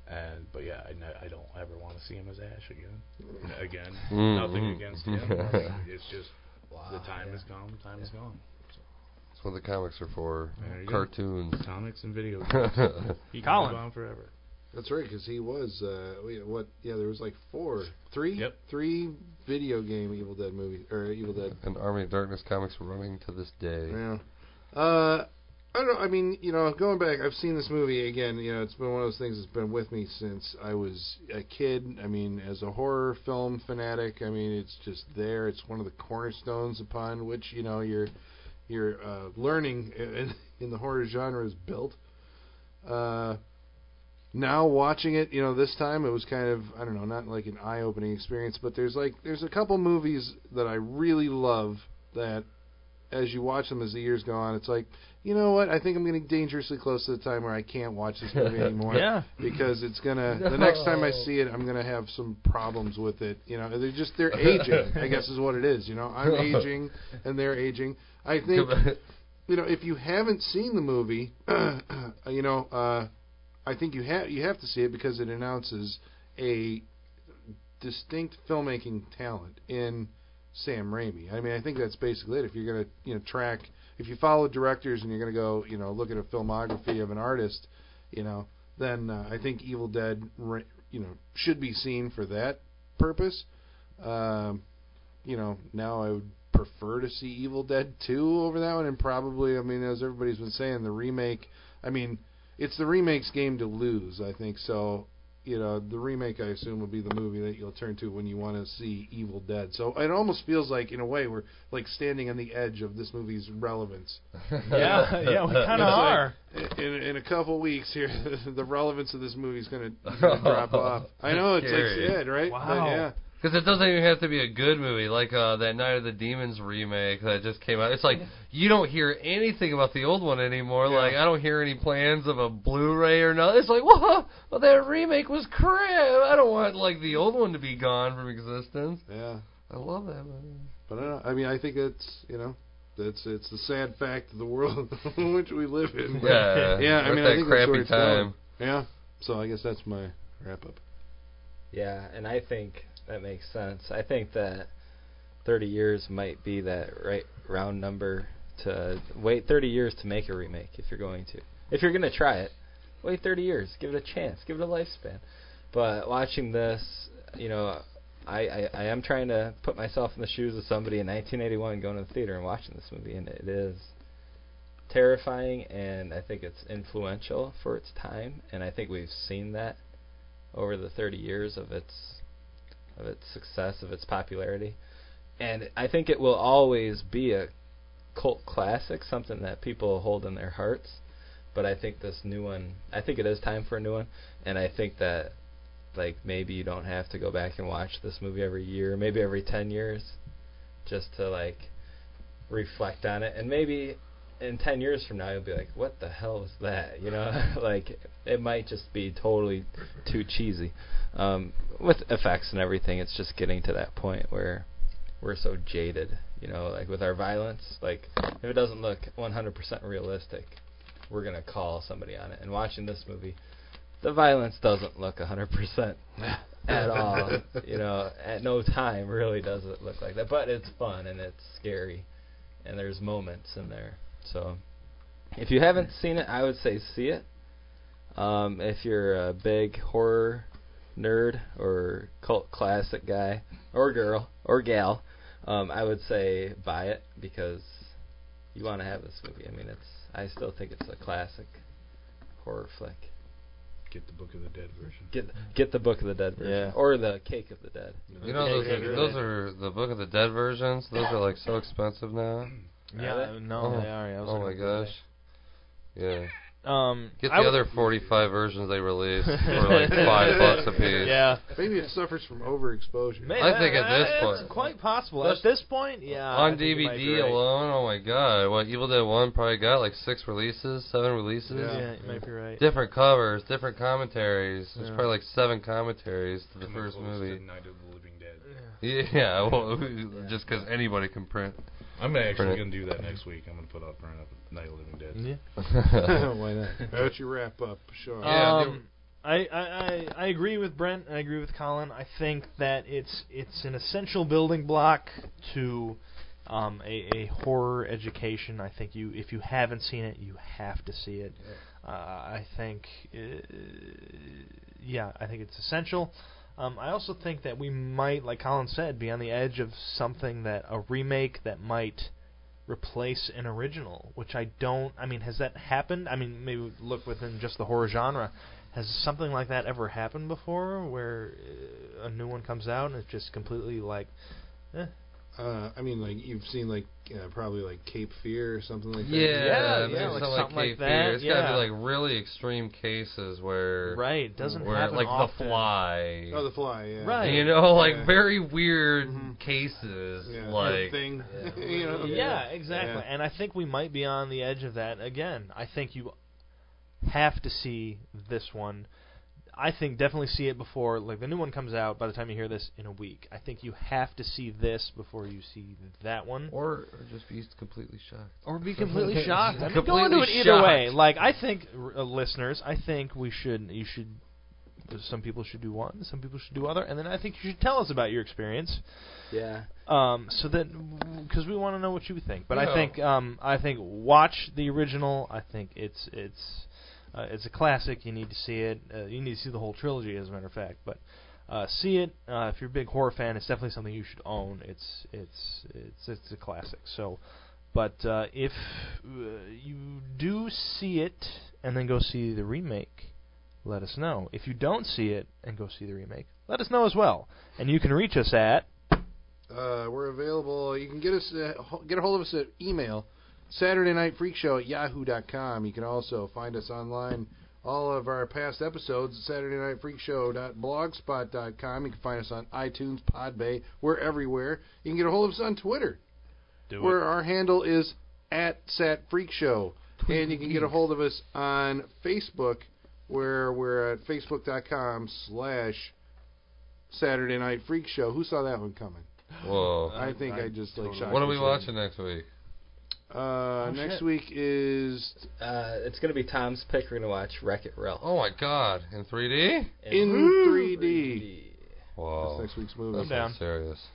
S6: And but yeah, I, ne- I don't ever want to see him as Ash again. Again,
S14: Mm,
S6: nothing
S14: mm.
S6: against him. it's just
S3: Wow.
S6: the time
S3: yeah.
S6: is gone. The time is gone.
S15: That's what the comics are for.
S6: There you go.
S15: Cartoons.
S6: Comics and video games. He can
S9: Colin.
S6: live on forever.
S2: That's right, because he was uh, we- what? Yeah, there was like four, three,
S6: Yep.
S2: three video game Evil Dead movies or Evil Dead.
S15: An Army of Darkness comics running to this day.
S2: Yeah. Uh, I don't. know, I mean, you know, going back, I've seen this movie again. You know, it's been one of those things that's been with me since I was a kid. I mean, as a horror film fanatic, I mean, it's just there. It's one of the cornerstones upon which you know your your uh, learning in, in the horror genre is built. Uh, now watching it, you know, this time it was kind of I don't know, not like an eye-opening experience, but there's like there's a couple movies that I really love that as you watch them as the years go on, it's like, you know what? I think I'm getting dangerously close to the time where I can't watch this movie anymore
S9: Yeah.
S2: because it's gonna the next time I see it, I'm gonna have some problems with it. You know, they're just they're aging. I guess is what it is. You know, I'm aging and they're aging. I think you know if you haven't seen the movie, you know, uh, I think you have you have to see it because it announces a distinct filmmaking talent in Sam Raimi. I mean, I think that's basically it. If you're gonna you know track, if you follow directors and you're gonna go you know look at a filmography of an artist, you know, then uh, I think Evil Dead ra- you know should be seen for that purpose. Um, you know, now I would prefer to see Evil Dead 2 over that one, and probably, I mean, as everybody's been saying, the remake. I mean, it's the remake's game to lose, I think. So, you know, the remake, I assume, will be the movie that you'll turn to when you want to see Evil Dead. So it almost feels like, in a way, we're like standing on the edge of this movie's relevance.
S9: yeah, yeah, we kind
S2: It's like-
S9: of are.
S2: In, in a couple weeks here, the relevance of this movie's going to drop off. I know it's
S5: Scary.
S2: like sad, right? But
S9: Wow.
S2: yeah.
S5: Because it doesn't even have to be a good movie, like uh, that Night of the Demons remake that just came out. It's like you don't hear anything about the old one anymore. Like I don't hear any plans of a Blu-ray or nothing. It's like, whoa, well that remake was crap. I don't want like the old one to be gone from existence.
S2: Yeah.
S5: I love that movie.
S2: But I, don't, I mean, I think that's you know, that's it's the sad fact of the world in which we live in. But,
S5: Yeah,
S2: Yeah, I
S5: with
S2: mean, I
S5: that
S2: think that's
S5: crappy
S2: where it's
S5: time.
S2: yeah. So I guess that's my wrap up.
S3: Yeah, and I think that makes sense. I think that 30 years might be that right round number to wait 30 years to make a remake if you're going to. If you're going to try it, wait 30 years, give it a chance, give it a lifespan. But watching this, you know, I, I, I am trying to put myself in the shoes of somebody in 1981 going to the theater and watching this movie, and it is terrifying, and I think it's influential for its time, and I think we've seen that over the 30 years of its of its success, of its popularity, and I think it will always be a cult classic, something that people hold in their hearts. But I think this new one, I think it is time for a new one, and I think that like maybe you don't have to go back and watch this movie every year, maybe every 10 years, just to like reflect on it, and maybe. In ten years from now, you'll be like, "What the hell was that?" You know, like it might just be totally too cheesy. Um, with effects and everything, it's just getting to that point where we're so jaded, you know, like with our violence, like if it doesn't look 100% realistic, we're going to call somebody on it. And watching this movie, the violence doesn't look 100% at all, you know, at no time really does it look like that, but it's fun and it's scary and there's moments in there. So if you haven't seen it, I would say see it. Um, if you're a big horror nerd or cult classic guy or girl or gal, um, I would say buy it because you want to have this movie. I mean, it's I still think it's a classic horror flick.
S6: Get the Book of the Dead version.
S3: Get get the Book of the Dead version or the Cake of the Dead.
S5: You know, those
S3: Yeah,
S5: are,
S3: yeah.
S5: those are the Book of the Dead versions. Those are like so expensive now.
S9: Yeah,
S3: they?
S9: no,
S5: Oh.
S9: they are. yeah, I was
S5: Oh my
S9: looking at
S5: gosh. Yeah.
S9: Um,
S5: Get the
S9: I w-
S5: other 45 versions they released for like five bucks a piece.
S9: Yeah,
S2: Maybe it suffers from overexposure.
S9: May-
S5: I think at
S9: uh,
S5: this
S9: it's
S5: point-
S9: quite possible.
S5: That's-
S9: At this point, yeah. I
S5: On
S9: think you might be
S5: DVD
S9: right.
S5: alone, oh my god, what Evil Dead One probably got like six releases, seven releases.
S9: Yeah, you might be right.
S5: Different covers, different commentaries. There's
S9: Yeah.
S5: probably like seven commentaries to the
S6: Come
S5: first
S6: close
S5: movie.
S6: to Night of the Living Dead.
S5: Yeah, well, just because anybody can print.
S6: I'm actually gonna
S5: Print.
S6: do that next week. I'm gonna put up print up Night of the Living Dead.
S9: Yeah.
S2: Why not? Why don't you wrap up, Sean?
S5: Yeah, I do.
S9: um, I, I, I I agree with Brent and I agree with Colin. I think that it's it's an essential building block to um, a, a horror education. I think you if you haven't seen it, you have to see it. Uh, I think uh, yeah, I think it's essential. Um, I also think that we might, like Colin said, be on the edge of something that a remake that might replace an original, which I don't. I mean, has that happened? I mean, maybe look within just the horror genre. Has something like that ever happened before, where uh, a new one comes out and it's just completely like,
S2: Uh, I mean, like you've seen, like uh, probably like Cape Fear or something like that.
S5: Yeah,
S9: Yeah,
S5: but
S9: yeah,
S5: it's
S9: like
S5: not
S9: something like
S5: Cape
S9: that,
S5: Fear. It's gotta
S9: yeah.
S5: be like really extreme cases where
S9: right? It doesn't
S5: where
S9: happen
S5: like
S9: often.
S5: The Fly.
S2: Oh, The Fly. Yeah.
S9: Right.
S5: You know, like
S2: Yeah.
S5: very weird
S2: Mhm.
S5: cases.
S2: Yeah.
S5: Like
S2: thing. you know.
S9: Yeah, exactly.
S2: Yeah.
S9: And I think we might be on the edge of that again. I think you have to see this one. I think definitely see it before like the new one comes out by the time you hear this in a week. I think you have to see this before you see that one.
S5: Or, or just be completely shocked.
S9: Or be completely shocked. I mean, go
S5: Completely
S9: into it either way.
S5: shocked.
S9: Like I think, r- uh, listeners, I think we should. You should. Some people should do one. Some people should do other. And then I think you should tell us about your experience.
S3: Yeah.
S9: Um, so that because we want to know what you think. But
S5: No.
S9: I think um, I think watch the original. I think it's it's uh, it's a classic. You need to see it. Uh, you need to see the whole trilogy, as a matter of fact. But uh, see it uh, if you're a big horror fan. It's definitely something you should own. It's it's it's it's a classic. So. But uh, if uh, you do see it and then go see the remake, let us know. If you don't see it and go see the remake, let us know as well. And you can reach us at
S2: Uh, we're available. You can get us uh, ho- get a hold of us at email Saturday Night Freak Show at yahoo.com. You can also find us online. All of our past episodes at Saturday Night Freak Show.blogspot.com. You can find us on iTunes, Podbay. We're everywhere. You can get a hold of us on Twitter,
S9: Do
S2: where our handle is at Sat Freak Show. And you can get a hold of us on Facebook, where we're at facebook.com slash Saturday Night Freak Show. Who saw that one coming?
S5: Whoa.
S2: I think I, just like shot.
S5: what are we watching next week?
S2: Uh, next
S3: Oh, shit.
S2: week is
S3: Uh, it's gonna be Tom's pick. We're gonna watch Wreck It Ralph.
S5: Oh my god, in 3D?
S2: in 3D.
S3: 3D.
S5: Whoa.
S2: That's next week's movie.
S5: That's
S9: Okay. down.
S5: not serious.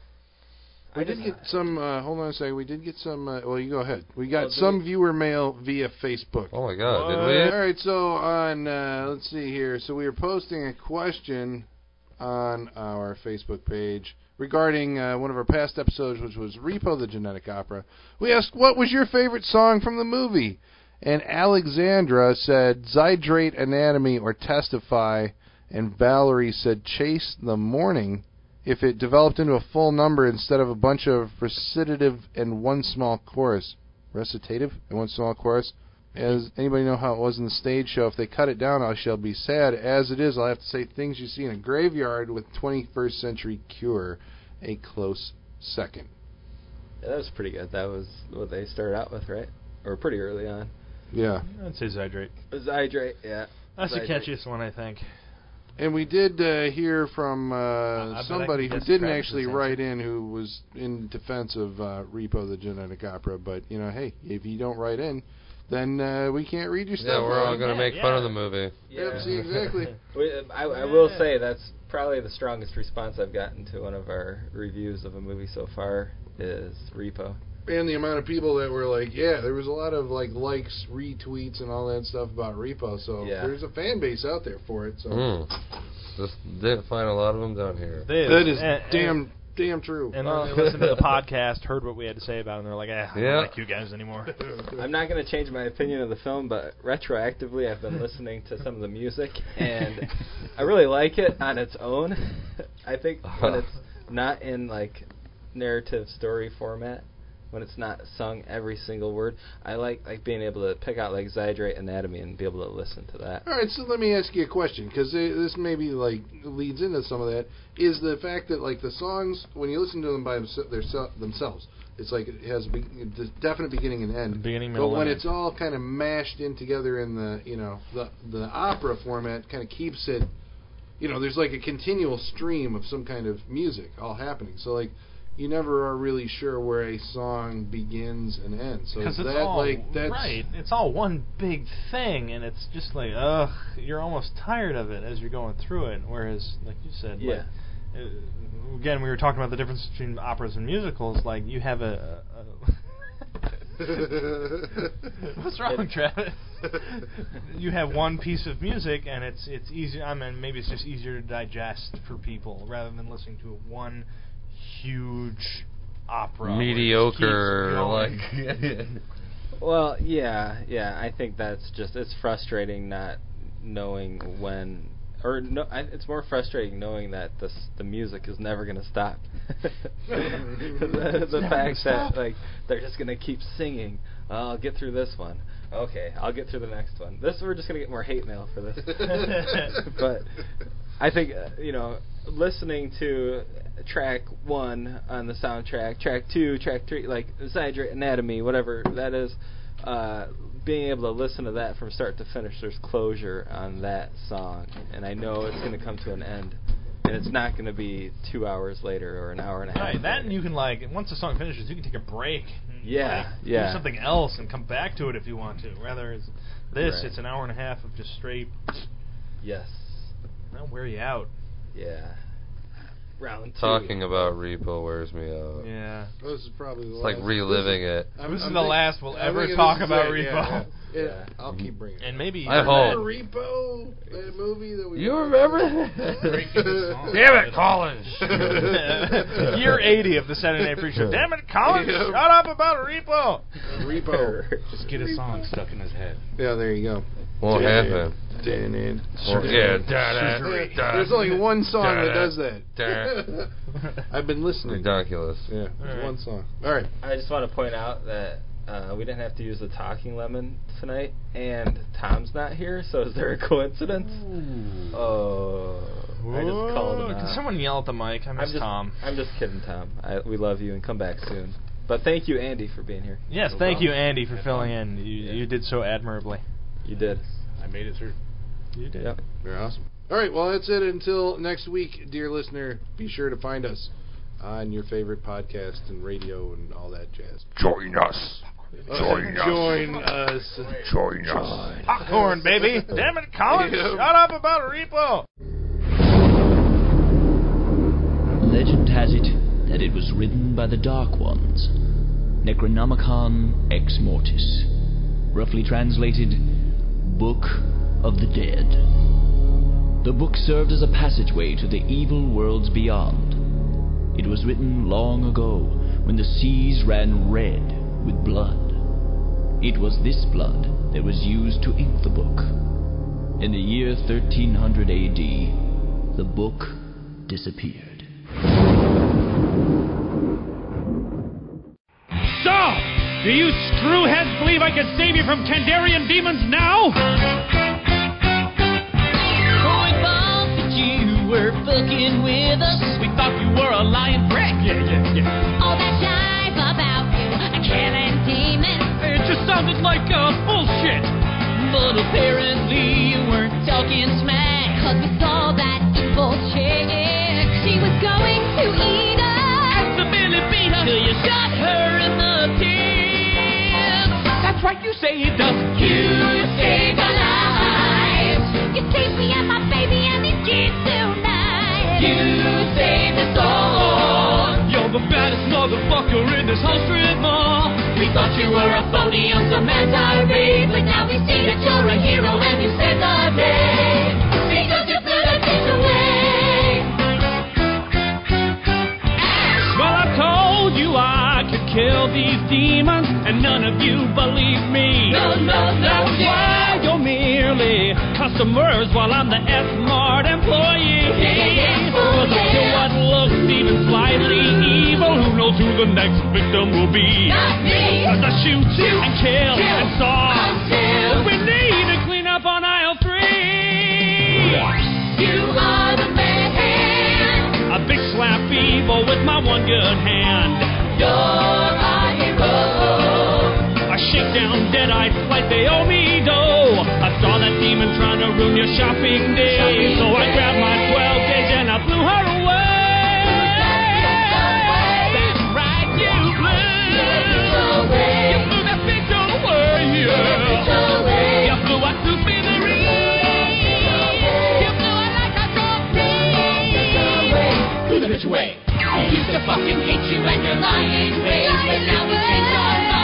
S2: We
S3: I
S2: did
S3: just-
S2: get some. Uh, hold on a second. We did get some. Uh, well, you go ahead. We got
S3: Oh, did
S2: some viewer mail via Facebook.
S5: Oh my god,
S2: Uh,
S5: did
S2: all right. So on, uh, let's see here. So we are posting a question on our Facebook page regarding uh, one of our past episodes, which was Repo: The Genetic Opera. We asked, "What was your favorite song from the movie?" And Alexandra said, "Zydrate Anatomy" or "Testify," and Valerie said, "Chase the Morning." If it developed into a full number instead of a bunch of recitative and one small chorus, recitative and one small chorus. As anybody know how it was in the stage show? If they cut it down, I shall be sad. As it is, I'll have to say things you see in a graveyard with 21st Century Cure, a close second.
S3: Yeah, that was pretty good. That was what they started out with, right? Or pretty early on.
S2: Yeah.
S9: I'd say Zydrate.
S3: It was Hydrate, yeah.
S9: That's the
S3: Zydrate.
S9: catchiest one, I think.
S2: And we did uh, hear from uh,
S9: bet I
S2: somebody who
S9: can guess
S2: didn't
S9: Travis's
S2: actually
S9: answer.
S2: write in, who was in defense of uh, Repo: The Genetic Opera. But you know, hey, if you don't write in, then uh, we can't read your
S5: we?
S2: stuff.
S5: Yeah, we're all
S2: man.
S5: gonna
S9: Yeah,
S5: make fun of
S9: yeah.
S5: the movie.
S2: Yep, see, exactly.
S3: We, um, I, I will say that's probably the strongest response I've gotten to one of our reviews of a movie so far is Repo.
S2: and the amount of people that were like, yeah, there was a lot of like likes, retweets, and all that stuff about Repo. So
S3: Yeah.
S2: there's a fan base out there for it. So
S5: Mm. Just didn't find a lot of them down here.
S2: that is
S9: and,
S2: damn damn true.
S9: And, then they listened to the podcast, heard what we had to say about it, and they're like, eh, I
S5: Yeah.
S9: don't like you guys anymore.
S3: I'm not going to change my opinion of the film, but retroactively, I've been listening to some of the music, and I really like it on its own. I think when it's not in like narrative story format, when it's not sung every single word. I like like being able to pick out like Zydrate Anatomy and be able to listen to that.
S2: All right, so let me ask you a question because this maybe like leads into some of that. Is the fact that like the songs when you listen to them by themse- their se- themselves, it's like it has a be- a definite beginning and end.
S9: Beginning,
S2: but
S9: middle,
S2: when
S9: and
S2: it's
S9: end.
S2: all kind of mashed in together in the you know the the opera format, kind of keeps it. You know, there's like a continual stream of some kind of music all happening. So like. You never are really sure where a song begins and ends. So is
S9: Because it's
S2: that
S9: all
S2: like that's
S9: right. It's all one big thing, and it's just like ugh. You're almost tired of it as you're going through it. Whereas, like you said,
S3: Yeah.
S9: like, uh, again, we were talking about the difference between operas and musicals. Like you have a. a, a What's wrong, Travis? you have one piece of music, and it's it's easy. I mean, maybe it's just easier to digest for people rather than listening to one huge opera. where it just keeps
S16: Mediocre,
S9: going.
S16: like
S3: Well, yeah, yeah. I think that's just it's frustrating not knowing when, or no, I, it's more frustrating knowing that this the music is never gonna stop. the the fact that like they're just gonna keep singing. Oh, I'll get through this one. Okay, I'll get through the next one. This we're just gonna get more hate mail for this. but I think uh, you know, listening to track one on the soundtrack, track two, track three, like Zydrate Anatomy, whatever that is, uh, being able to listen to that from start to finish, there's closure on that song, and I know it's going to come to an end, and it's not going to be two hours later or an hour and a half.
S9: Right, that and
S3: later.
S9: you can like once the song finishes, you can take a break. and,
S3: Yeah,
S9: like,
S3: yeah.
S9: Do something else and come back to it if you want to. Rather, it's this
S3: Right.
S9: it's an hour and a half of just straight.
S3: yes,
S9: That'll wear you out.
S3: yeah. Round two.
S16: talking about repo wears me
S3: Oh.
S16: out.
S9: Yeah.
S2: This is probably the
S16: It's like
S2: last-
S16: reliving it.
S2: I'm-
S9: this
S2: I'm
S9: is the
S2: think-
S9: last we'll
S2: I
S9: ever
S2: think
S9: talk
S2: this is
S9: about
S2: it, yeah,
S9: Repo.
S2: yeah.
S3: Yeah.
S2: Yeah, I'll keep bringing it.
S9: And maybe
S16: I
S2: Remember
S16: hope.
S2: Repo, that movie that we.
S16: You remember that? Damn it, Collins!
S9: year 80 of the Saturday Night Freak Show. Damn it, Colin!
S2: Yep.
S9: Shut up about Repo.
S2: Repo.
S6: Just get a song stuck in his head.
S2: Yeah, there you go.
S16: Won't happen.
S2: Dun, dun.
S16: Well, yeah, da da da.
S2: There's only one song that
S16: Da-da.
S2: does that.
S16: Da.
S2: I've been listening.
S16: Ridiculous.
S2: Yeah, there's
S9: Alright.
S2: one song. All right.
S3: I just want to point out that uh, we didn't have to use the talking lemon tonight, and Tom's not here, so is there a coincidence? Oh, I just called him
S9: Whoa, Can
S3: out.
S9: someone yell at the mic? I miss
S3: I'm just,
S9: Tom.
S3: I'm just kidding, Tom. I, we love you and come back soon. But thank you, Andy, for being here.
S9: Yes,
S6: No
S9: thank
S6: problem.
S9: you, Andy, for
S6: Yeah,
S9: filling in. You,
S3: Yeah.
S9: you did so admirably.
S3: You did.
S6: I made it through.
S9: You did.
S3: Yep.
S2: You're awesome. All right. Well, that's it. Until next week, dear listener, be sure to find us on your favorite podcast and radio and all that jazz.
S1: Join us. Join us.
S2: Join us.
S1: Join us.
S9: Popcorn, baby. Damn it, Colin.
S2: Yep.
S9: Shut up about Repo.
S11: Legend has it that it was written by the Dark Ones. Necronomicon Ex Mortis. Roughly translated, Book of the Dead. The book served as a passageway to the evil worlds beyond. It was written long ago, when the seas ran red with blood. It was this blood that was used to ink the book. In the year 1300 AD, the book disappeared.
S17: So, do you screwheads believe I could save you from Kandarian demons now?
S11: Boy, Bob, that you were fucking with us.
S17: We thought you were a lying prick. Yeah, yeah, yeah.
S18: All that jive about you, a killing demon.
S17: It just sounded like uh, bullshit.
S11: But apparently you weren't talking smack.
S18: Cause we saw that evil chick. She was going to eat us.
S17: Accidentally beat her till you shot her in the teeth. That's right, you saved us. You
S18: Saved our lives. You saved me and my baby and these kids tonight. You saved us all.
S17: Oh, You're the baddest motherfucker in this whole strip mall. We thought you were a phony on some anti-rape,
S18: But now we see that you're a hero and you saved our day. Because you threw that bitch away.
S17: Well, I told you I could kill these demons, and none of you believe me.
S18: No, no, no,
S17: That's
S18: yeah.
S17: why you're merely a customers while I'm the F-Mart employee.
S18: yeah, ooh,
S17: But look to
S18: yeah.
S17: what looks even slightly evil. Who knows who the next victim will be?
S18: Not me.
S17: Cause I shoot, and kill,
S18: kill,
S17: and saw.
S18: until
S17: we need to clean up on aisle three.
S18: You are the man.
S17: A big slap evil with my one good hand.
S18: You're my hero.
S17: I shake down dead eyes like they owe me dough. I saw that demon trying to ruin your shopping day.
S18: Shopping
S17: so I
S18: day.
S17: grabbed my 12 gauge and I blew her away. That's right, you blew. You blew that bitch away, yeah. You blew her to smithereens. You blew her like a torpedo. Blew the bitch away.
S18: I used to fucking hate you and your lying ways, but now we changed our